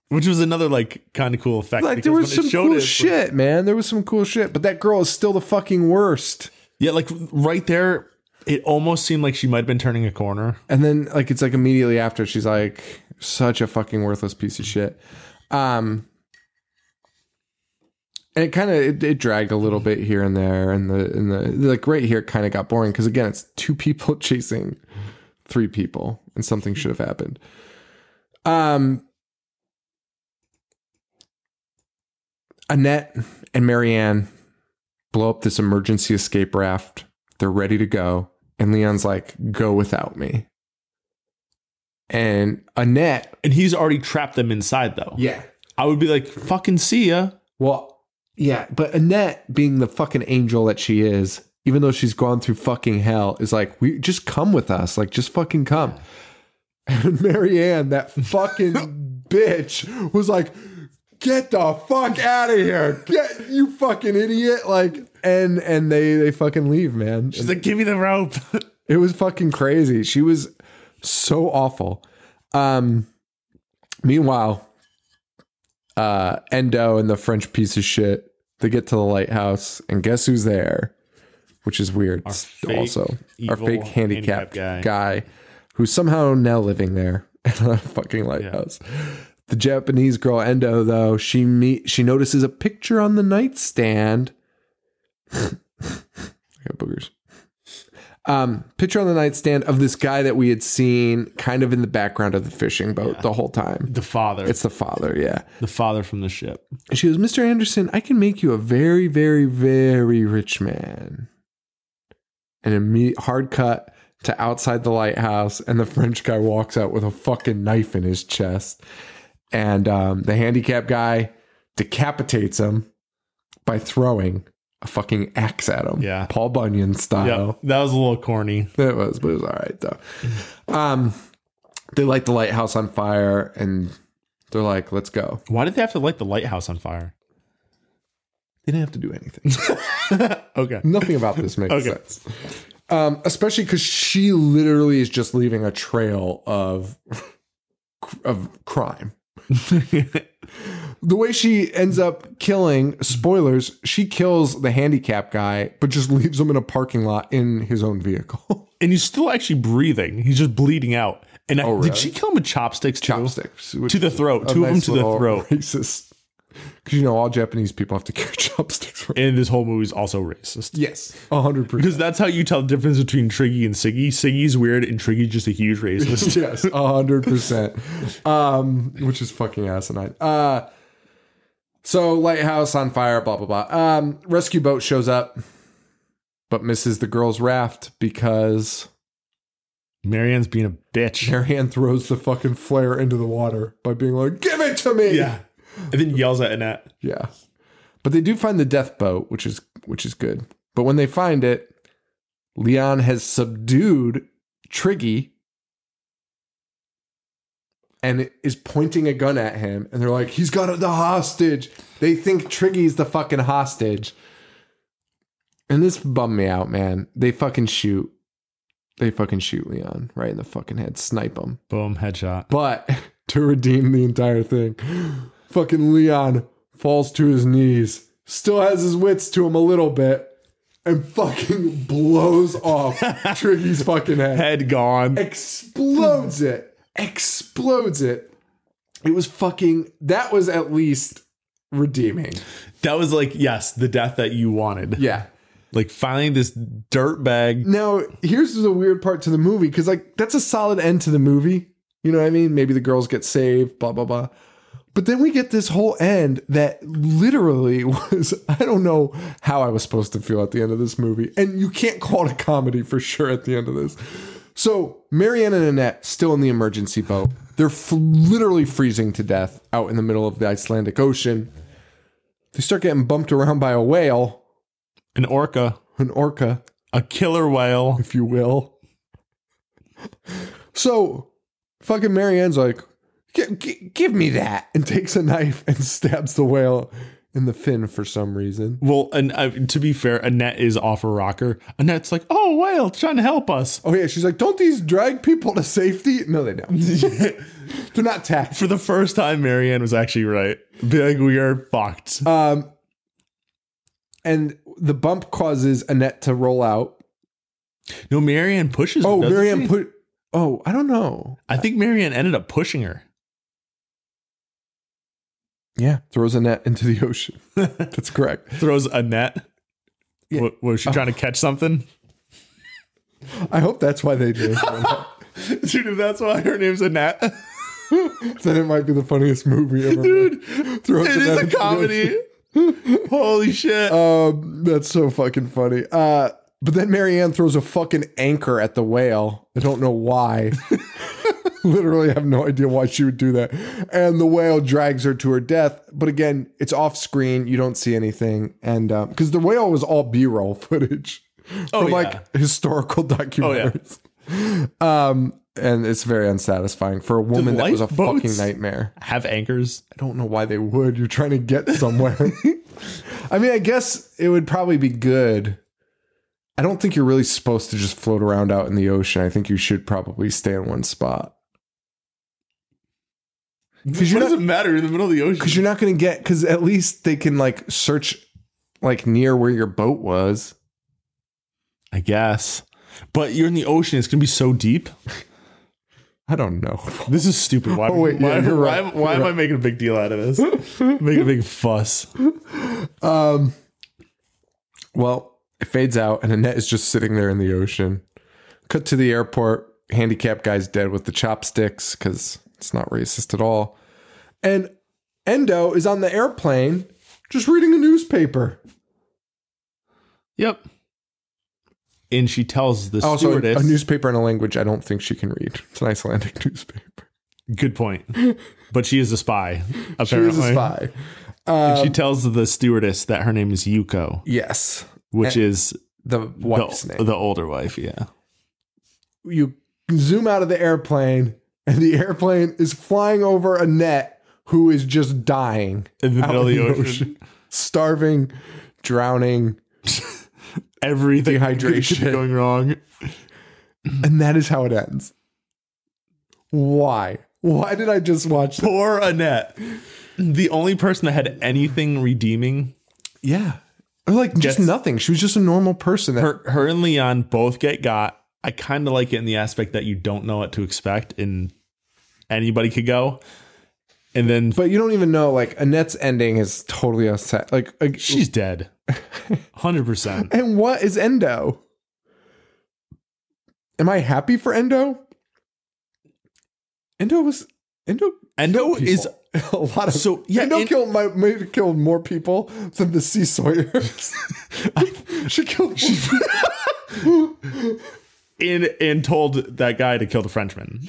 [SPEAKER 4] Which was another like kind of cool effect.
[SPEAKER 3] Like
[SPEAKER 4] because
[SPEAKER 3] there was
[SPEAKER 4] when
[SPEAKER 3] some
[SPEAKER 4] it showed
[SPEAKER 3] cool
[SPEAKER 4] it,
[SPEAKER 3] shit, man. There was some cool shit, but that girl is still the fucking worst.
[SPEAKER 4] Yeah, like right there, it almost seemed like she might have been turning a corner.
[SPEAKER 3] And then like it's like immediately after she's like such a fucking worthless piece of shit. Um and it kind of it, it dragged a little bit here and there and the and the like right here kind of got boring cuz again it's two people chasing three people and something should have happened. Um Annette and Marianne blow up this emergency escape raft. They're ready to go. And Leon's like, go without me. And Annette.
[SPEAKER 4] And he's already trapped them inside though.
[SPEAKER 3] Yeah.
[SPEAKER 4] I would be like, fucking see ya.
[SPEAKER 3] Well, yeah. But Annette, being the fucking angel that she is, even though she's gone through fucking hell, is like, we just come with us. Like, just fucking come. And Marianne, that fucking bitch, was like, get the fuck out of here. Get you fucking idiot. Like, and and they they fucking leave, man.
[SPEAKER 4] She's like, give me the rope.
[SPEAKER 3] It was fucking crazy. She was so awful. Um, meanwhile, uh, Endo and the French piece of shit, they get to the lighthouse, and guess who's there? Which is weird.
[SPEAKER 4] fake
[SPEAKER 3] also, our
[SPEAKER 4] evil
[SPEAKER 3] fake handicapped guy.
[SPEAKER 4] handicapped
[SPEAKER 3] who's somehow now living there in a fucking lighthouse. The Japanese girl Endo, though, she meet she notices a picture on the nightstand. I got boogers um, picture on the nightstand of this guy that we had seen kind of in the background of the fishing boat the whole time.
[SPEAKER 4] the father.
[SPEAKER 3] It's the father, yeah.
[SPEAKER 4] the father from the ship.
[SPEAKER 3] And she goes, Mr. Anderson, I can make you a very, very, very rich man. And a me- hard cut to outside the lighthouse, and the French guy walks out with a fucking knife in his chest. And um, the handicapped guy decapitates him by throwing a fucking axe at him.
[SPEAKER 4] Yeah.
[SPEAKER 3] Paul Bunyan
[SPEAKER 4] Yeah.
[SPEAKER 3] style.
[SPEAKER 4] That was a little corny.
[SPEAKER 3] It was, but it was all right though. Um, they light the lighthouse on fire, and they're like, "Let's go."
[SPEAKER 4] Why did they have to light the lighthouse on fire?
[SPEAKER 3] They didn't have to do anything.
[SPEAKER 4] Okay.
[SPEAKER 3] Nothing about this makes
[SPEAKER 4] Okay.
[SPEAKER 3] sense. Um, especially because she literally is just leaving a trail of of crime. The way she ends up killing, spoilers, she kills the handicap guy, but just leaves him in a parking lot in his own vehicle.
[SPEAKER 4] and he's still actually breathing. He's just bleeding out. And I,
[SPEAKER 3] Oh, really?
[SPEAKER 4] did she kill him with chopsticks? Too?
[SPEAKER 3] chopsticks which
[SPEAKER 4] To the
[SPEAKER 3] is
[SPEAKER 4] throat.
[SPEAKER 3] a
[SPEAKER 4] Two of 'em to the
[SPEAKER 3] little
[SPEAKER 4] throat.
[SPEAKER 3] Racist, because you know all Japanese people have to carry chopsticks. around.
[SPEAKER 4] And this whole movie's also racist.
[SPEAKER 3] Yes, hundred
[SPEAKER 4] Because
[SPEAKER 3] percent.
[SPEAKER 4] that's how you tell the difference between Triggy and Siggy. Siggy's weird and Triggy's just a huge racist.
[SPEAKER 3] Yes, hundred percent. Um, which is fucking asinine. Uh, so lighthouse on fire. Blah blah blah. Um, rescue boat shows up, but misses the girl's raft because
[SPEAKER 4] Marianne's being a bitch.
[SPEAKER 3] Marianne throws the fucking flare into the water by being like, "Give it to me."
[SPEAKER 4] Yeah. And then yells at Annette.
[SPEAKER 3] Yeah. But they do find the death boat, which is which is good. But when they find it, Leon has subdued Triggy and is pointing a gun at him and they're like he's got the hostage. They think Triggy's the fucking hostage. And this bummed me out, man. They fucking shoot. They fucking shoot Leon right in the fucking head, snipe him.
[SPEAKER 4] Boom, headshot.
[SPEAKER 3] But to redeem the entire thing, fucking Leon falls to his knees, still has his wits to him a little bit, and fucking blows off Triggy's fucking head.
[SPEAKER 4] Head gone.
[SPEAKER 3] Explodes it. Explodes it. It was fucking, that was at least redeeming.
[SPEAKER 4] That was like, yes, the death that you wanted.
[SPEAKER 3] Yeah.
[SPEAKER 4] Like finally this dirtbag.
[SPEAKER 3] Now, here's the weird part to the movie because, like, that's a solid end to the movie. You know what I mean? Maybe the girls get saved, blah, blah, blah. But then we get this whole end that literally was, I don't know how I was supposed to feel at the end of this movie. And you can't call it a comedy for sure at the end of this. So, Marianne and Annette still in the emergency boat. They're f- literally freezing to death out in the middle of the Icelandic Ocean. They start getting bumped around by a whale,
[SPEAKER 4] An orca.
[SPEAKER 3] an orca,
[SPEAKER 4] A killer whale.
[SPEAKER 3] if you will. So, fucking Marianne's like, "Gi- gi- give me that, and takes a knife and stabs the whale in the fin for some reason.
[SPEAKER 4] Well, and uh, to be fair, Annette is off a rocker. Annette's like, oh, whale, trying to help us.
[SPEAKER 3] Oh yeah, she's like, don't these drag people to safety? No, they don't. They're not taxed.
[SPEAKER 4] For the first time, Marianne was actually right. Be like, we are fucked.
[SPEAKER 3] Um, and the bump causes Annette to roll out.
[SPEAKER 4] no, Marianne pushes. her,
[SPEAKER 3] Oh,
[SPEAKER 4] doesn't
[SPEAKER 3] Marianne
[SPEAKER 4] she?
[SPEAKER 3] put. Oh, I don't know.
[SPEAKER 4] I think Marianne ended up pushing her.
[SPEAKER 3] Yeah, throws Annette into the ocean. That's correct.
[SPEAKER 4] Throws a net.
[SPEAKER 3] Yeah.
[SPEAKER 4] What, was she trying to catch something?
[SPEAKER 3] I hope that's why they did. it.
[SPEAKER 4] Dude, if that's why her name's Annette,
[SPEAKER 3] then it might be the funniest movie ever.
[SPEAKER 4] Dude,
[SPEAKER 3] Throw
[SPEAKER 4] it
[SPEAKER 3] to
[SPEAKER 4] is
[SPEAKER 3] that
[SPEAKER 4] a comedy. Holy shit.
[SPEAKER 3] Um, that's so fucking funny. Uh, but then Marianne throws a fucking anchor at the whale. I don't know why. Literally have no idea why she would do that. And the whale drags her to her death. But again, it's off screen. You don't see anything. And because the whale was all B roll footage
[SPEAKER 4] oh,
[SPEAKER 3] from
[SPEAKER 4] yeah. Oh,
[SPEAKER 3] like historical documentaries. Um, and it's very unsatisfying for a woman that was a
[SPEAKER 4] lifeboats?
[SPEAKER 3] fucking nightmare.
[SPEAKER 4] Have anchors.
[SPEAKER 3] I don't know why they would. You're trying to get somewhere. I mean, I guess it would probably be good. I don't think you're really supposed to just float around out in the ocean. I think you should probably stay in one spot.
[SPEAKER 4] Because
[SPEAKER 3] you're
[SPEAKER 4] what does
[SPEAKER 3] not-
[SPEAKER 4] it matter? You're in the middle of the ocean.
[SPEAKER 3] Because you're not going to get, because at least they can like search like near where your boat was.
[SPEAKER 4] I guess. But you're in the ocean. It's going to be so deep.
[SPEAKER 3] I don't know.
[SPEAKER 4] This is stupid. Why,
[SPEAKER 3] Oh, wait,
[SPEAKER 4] why,
[SPEAKER 3] yeah, you're
[SPEAKER 4] why-
[SPEAKER 3] right.
[SPEAKER 4] why am
[SPEAKER 3] You're
[SPEAKER 4] I making a big deal out of this? Make a big fuss.
[SPEAKER 3] Um, well, it fades out, and Annette is just sitting there in the ocean. Cut to the airport. Handicapped guy's dead with the chopsticks because it's not racist at all. And Endo is on the airplane just reading a newspaper.
[SPEAKER 4] Yep. And she tells the
[SPEAKER 3] Also, Oh, a,
[SPEAKER 4] stewardess.
[SPEAKER 3] a newspaper in a language I don't think she can read. It's an Icelandic newspaper.
[SPEAKER 4] good point. But she is a spy, apparently.
[SPEAKER 3] She is a spy. Um,
[SPEAKER 4] And she tells the stewardess that her name is Yuko,
[SPEAKER 3] Yes.
[SPEAKER 4] which is
[SPEAKER 3] The wife's
[SPEAKER 4] the,
[SPEAKER 3] name.
[SPEAKER 4] the older wife. Yeah.
[SPEAKER 3] you zoom out of the airplane, and the airplane is flying over Annette, who is just dying.
[SPEAKER 4] In the
[SPEAKER 3] out
[SPEAKER 4] middle of
[SPEAKER 3] in
[SPEAKER 4] the
[SPEAKER 3] the
[SPEAKER 4] ocean.
[SPEAKER 3] ocean. starving, drowning,
[SPEAKER 4] Everything
[SPEAKER 3] Dehydration.
[SPEAKER 4] could be going wrong.
[SPEAKER 3] and that is how it ends. Why? Why did I just watch that?
[SPEAKER 4] Poor Annette. The only person that had anything redeeming.
[SPEAKER 3] Yeah. Or like just
[SPEAKER 4] Yes.
[SPEAKER 3] nothing. She was just a normal person. That,
[SPEAKER 4] Her, her and Leon both get got. I kind of like it in the aspect that you don't know what to expect and anybody could go. And then
[SPEAKER 3] But you don't even know. Like Annette's ending is totally upset. Like, like
[SPEAKER 4] she's dead. 100%.
[SPEAKER 3] and what is Endo? Am I happy for Endo? Endo was Endo.
[SPEAKER 4] Endo
[SPEAKER 3] killed people.
[SPEAKER 4] is
[SPEAKER 3] a lot of
[SPEAKER 4] So, yeah,
[SPEAKER 3] Endo
[SPEAKER 4] and-
[SPEAKER 3] killed my made killed more people than the Sea Sawyers. she killed.
[SPEAKER 4] in and told that guy to kill the Frenchman.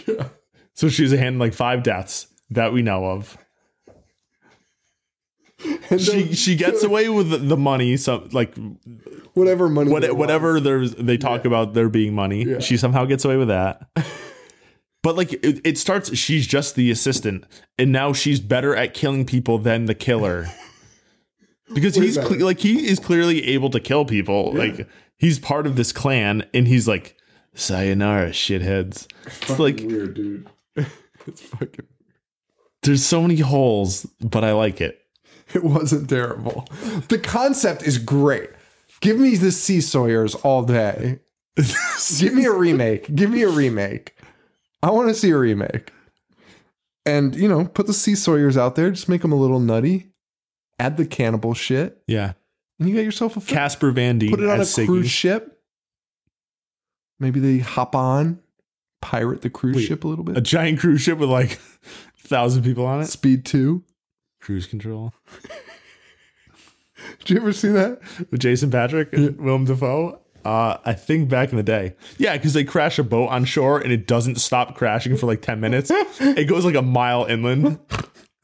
[SPEAKER 4] So she was a hand in like five deaths that we know of.
[SPEAKER 3] Endo
[SPEAKER 4] She she gets
[SPEAKER 3] killed
[SPEAKER 4] away with the money, so like
[SPEAKER 3] whatever money.
[SPEAKER 4] what,
[SPEAKER 3] there was.
[SPEAKER 4] whatever there's they talk about there being money
[SPEAKER 3] Yeah.
[SPEAKER 4] she somehow gets away with that but like it, it starts she's just the assistant and now she's better at killing people than the killer because he's
[SPEAKER 3] better.
[SPEAKER 4] cle- like he is clearly able to kill people like he's part of this clan and he's like sayonara shitheads it's like
[SPEAKER 3] weird, dude. it's fucking.
[SPEAKER 4] there's so many holes but i like it
[SPEAKER 3] It wasn't terrible. The concept is great. Give me the Sea Sawyers all day. Give me a remake. Give me a remake. I want to see a remake. And you know, put the Sea Sawyers out there. Just make them a little nutty. Add the cannibal shit,
[SPEAKER 4] yeah
[SPEAKER 3] and you got yourself a film.
[SPEAKER 4] casper van dien
[SPEAKER 3] Put it on a
[SPEAKER 4] as Siggy.
[SPEAKER 3] cruise ship. Maybe they hop on, pirate the cruise
[SPEAKER 4] Wait,
[SPEAKER 3] ship a little bit.
[SPEAKER 4] a giant cruise ship with like thousand people on it
[SPEAKER 3] Speed two.
[SPEAKER 4] cruise control
[SPEAKER 3] Did you ever see that?
[SPEAKER 4] with Jason Patrick and Willem Dafoe. Uh, I think back in the day, yeah, because they crash a boat on shore and it doesn't stop crashing for like ten minutes. it goes like a mile inland.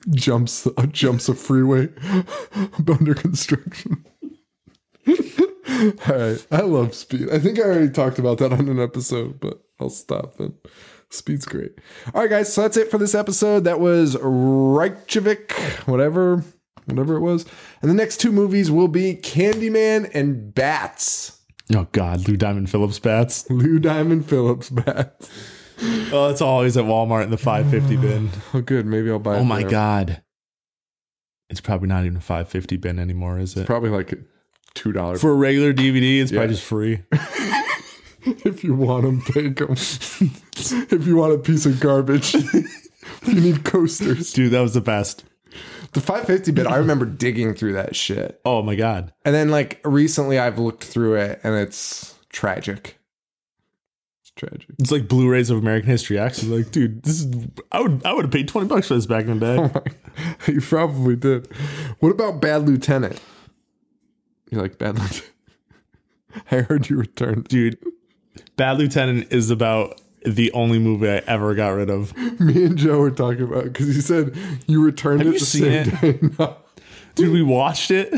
[SPEAKER 3] jumps uh, jumps a freeway under construction. All right, I love speed. I think I already talked about that on an episode, but I'll stop then. Speed's great. All right, guys, so that's it for this episode. That was Reykjavik, whatever, whatever it was. And the next two movies will be Candyman and Bats.
[SPEAKER 4] Oh God, Lou Diamond Phillips bats.
[SPEAKER 3] Lou Diamond Phillips Bats.
[SPEAKER 4] Oh, it's always at Walmart in the five fifty bin.
[SPEAKER 3] Oh, good. Maybe I'll buy. it
[SPEAKER 4] Oh my
[SPEAKER 3] there.
[SPEAKER 4] God, it's probably not even a five fifty bin anymore, is it?
[SPEAKER 3] Probably like two dollars
[SPEAKER 4] For a regular DVD, it's
[SPEAKER 3] Yeah.
[SPEAKER 4] probably just free.
[SPEAKER 3] If you want them, take them. if you want a piece of garbage, if you need coasters.
[SPEAKER 4] Dude, that was the best.
[SPEAKER 3] The 550 bit, I remember digging through that shit.
[SPEAKER 4] Oh my God,
[SPEAKER 3] And then, like, recently I've looked through it and it's tragic. It's tragic.
[SPEAKER 4] it's like Blu-rays of American History X. It's Like, dude, this is I would I would have paid twenty bucks for this back in the day.
[SPEAKER 3] you probably did. What about Bad Lieutenant? You like Bad Lieutenant? I heard you returned.
[SPEAKER 4] dude bad lieutenant is about the only movie i ever got rid of
[SPEAKER 3] Me and Joe were talking about because he said you returned
[SPEAKER 4] Have
[SPEAKER 3] it
[SPEAKER 4] you
[SPEAKER 3] the
[SPEAKER 4] seen
[SPEAKER 3] same day. No.
[SPEAKER 4] dude we watched it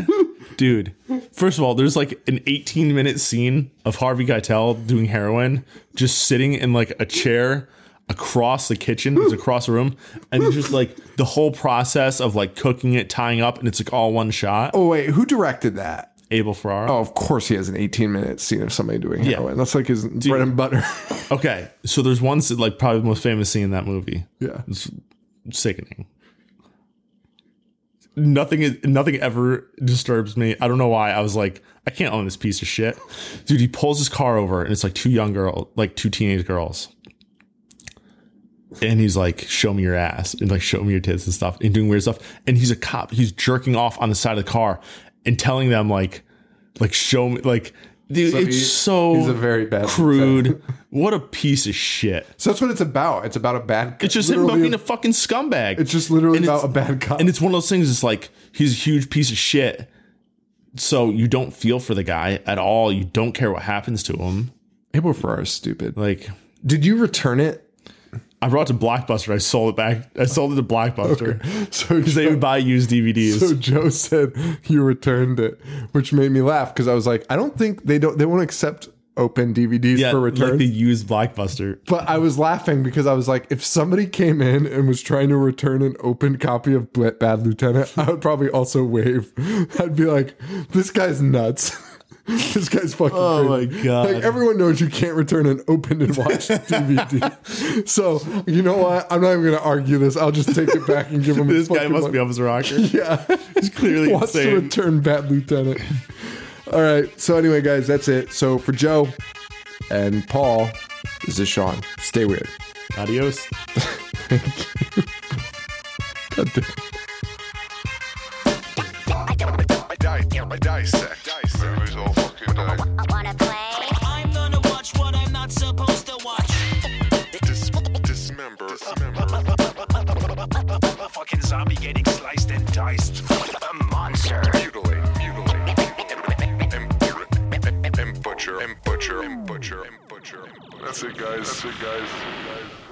[SPEAKER 4] dude first of all there's like an 18 minute scene of harvey keitel doing heroin just sitting in like a chair across the kitchen it's across the room and it's just like the whole process of like cooking it tying up and it's like all one shot
[SPEAKER 3] Oh, wait, who directed that?
[SPEAKER 4] abel ferrara
[SPEAKER 3] Oh, of course he has an 18 minute scene of somebody doing
[SPEAKER 4] Yeah.
[SPEAKER 3] heroin. That's like his bread and butter.
[SPEAKER 4] okay so there's one s- like probably the most famous scene in that movie
[SPEAKER 3] yeah.
[SPEAKER 4] sickening. Nothing is nothing ever disturbs me. I don't know why. I was like, I can't own this piece of shit. Dude, he pulls his car over and it's like two young girl, like two teenage girls. And he's like, show me your ass and like show me your tits and stuff and doing weird stuff. And he's a cop. He's jerking off on the side of the car and telling them like, like show me like dude,
[SPEAKER 3] So
[SPEAKER 4] it's
[SPEAKER 3] he-
[SPEAKER 4] so
[SPEAKER 3] he's a very bad
[SPEAKER 4] crude. what a piece of shit.
[SPEAKER 3] So that's what it's about. It's about a bad
[SPEAKER 4] It's just him
[SPEAKER 3] literally-
[SPEAKER 4] being a fucking scumbag.
[SPEAKER 3] It's just literally
[SPEAKER 4] and
[SPEAKER 3] about
[SPEAKER 4] it's-
[SPEAKER 3] a bad cop.
[SPEAKER 4] And it's one of those things. It's like he's a huge piece of shit, so you don't feel for the guy at all. You don't care what happens to him.
[SPEAKER 3] Abel Ferrara is stupid.
[SPEAKER 4] Like
[SPEAKER 3] Did you return it?
[SPEAKER 4] I brought it to Blockbuster. I sold it back. I sold it to Blockbuster because
[SPEAKER 3] So
[SPEAKER 4] they
[SPEAKER 3] Joe,
[SPEAKER 4] would buy used DVDs.
[SPEAKER 3] so Joe said you returned it, which made me laugh because I was like, I don't think they don't they won't accept open DVDs
[SPEAKER 4] yeah,
[SPEAKER 3] for return.
[SPEAKER 4] like the used Blockbuster.
[SPEAKER 3] But I was laughing because I was like, if somebody came in and was trying to return an open copy of Bl- Bad Lieutenant, I would probably also wave. I'd be like, this guy's nuts. this guy's fucking.
[SPEAKER 4] Oh my
[SPEAKER 3] crazy.
[SPEAKER 4] God.
[SPEAKER 3] Like everyone knows you can't return an open and watched DVD. so you know what? I'm not even gonna argue this. I'll just take it back and give him. his
[SPEAKER 4] This guy
[SPEAKER 3] fucking
[SPEAKER 4] must
[SPEAKER 3] money.
[SPEAKER 4] be up his rocker.
[SPEAKER 3] Yeah.
[SPEAKER 4] He's clearly
[SPEAKER 3] Wants to
[SPEAKER 4] insane.
[SPEAKER 3] return Bad Lieutenant. All right. So anyway, guys, that's it. So for Joe and Paul. This is Sean. Stay weird.
[SPEAKER 4] Adios.
[SPEAKER 3] God damn.
[SPEAKER 5] Dissect. Movies all fucking day.
[SPEAKER 6] Wanna play?
[SPEAKER 7] I'm gonna watch what I'm not supposed to watch.
[SPEAKER 5] Dis- dismember. Dismember.
[SPEAKER 2] A fucking zombie getting sliced and diced. A monster.
[SPEAKER 5] Mutilate. Mutilate. And, bur- and butcher. And butcher. And butcher. And butcher. That's it, guys. That's it, guys.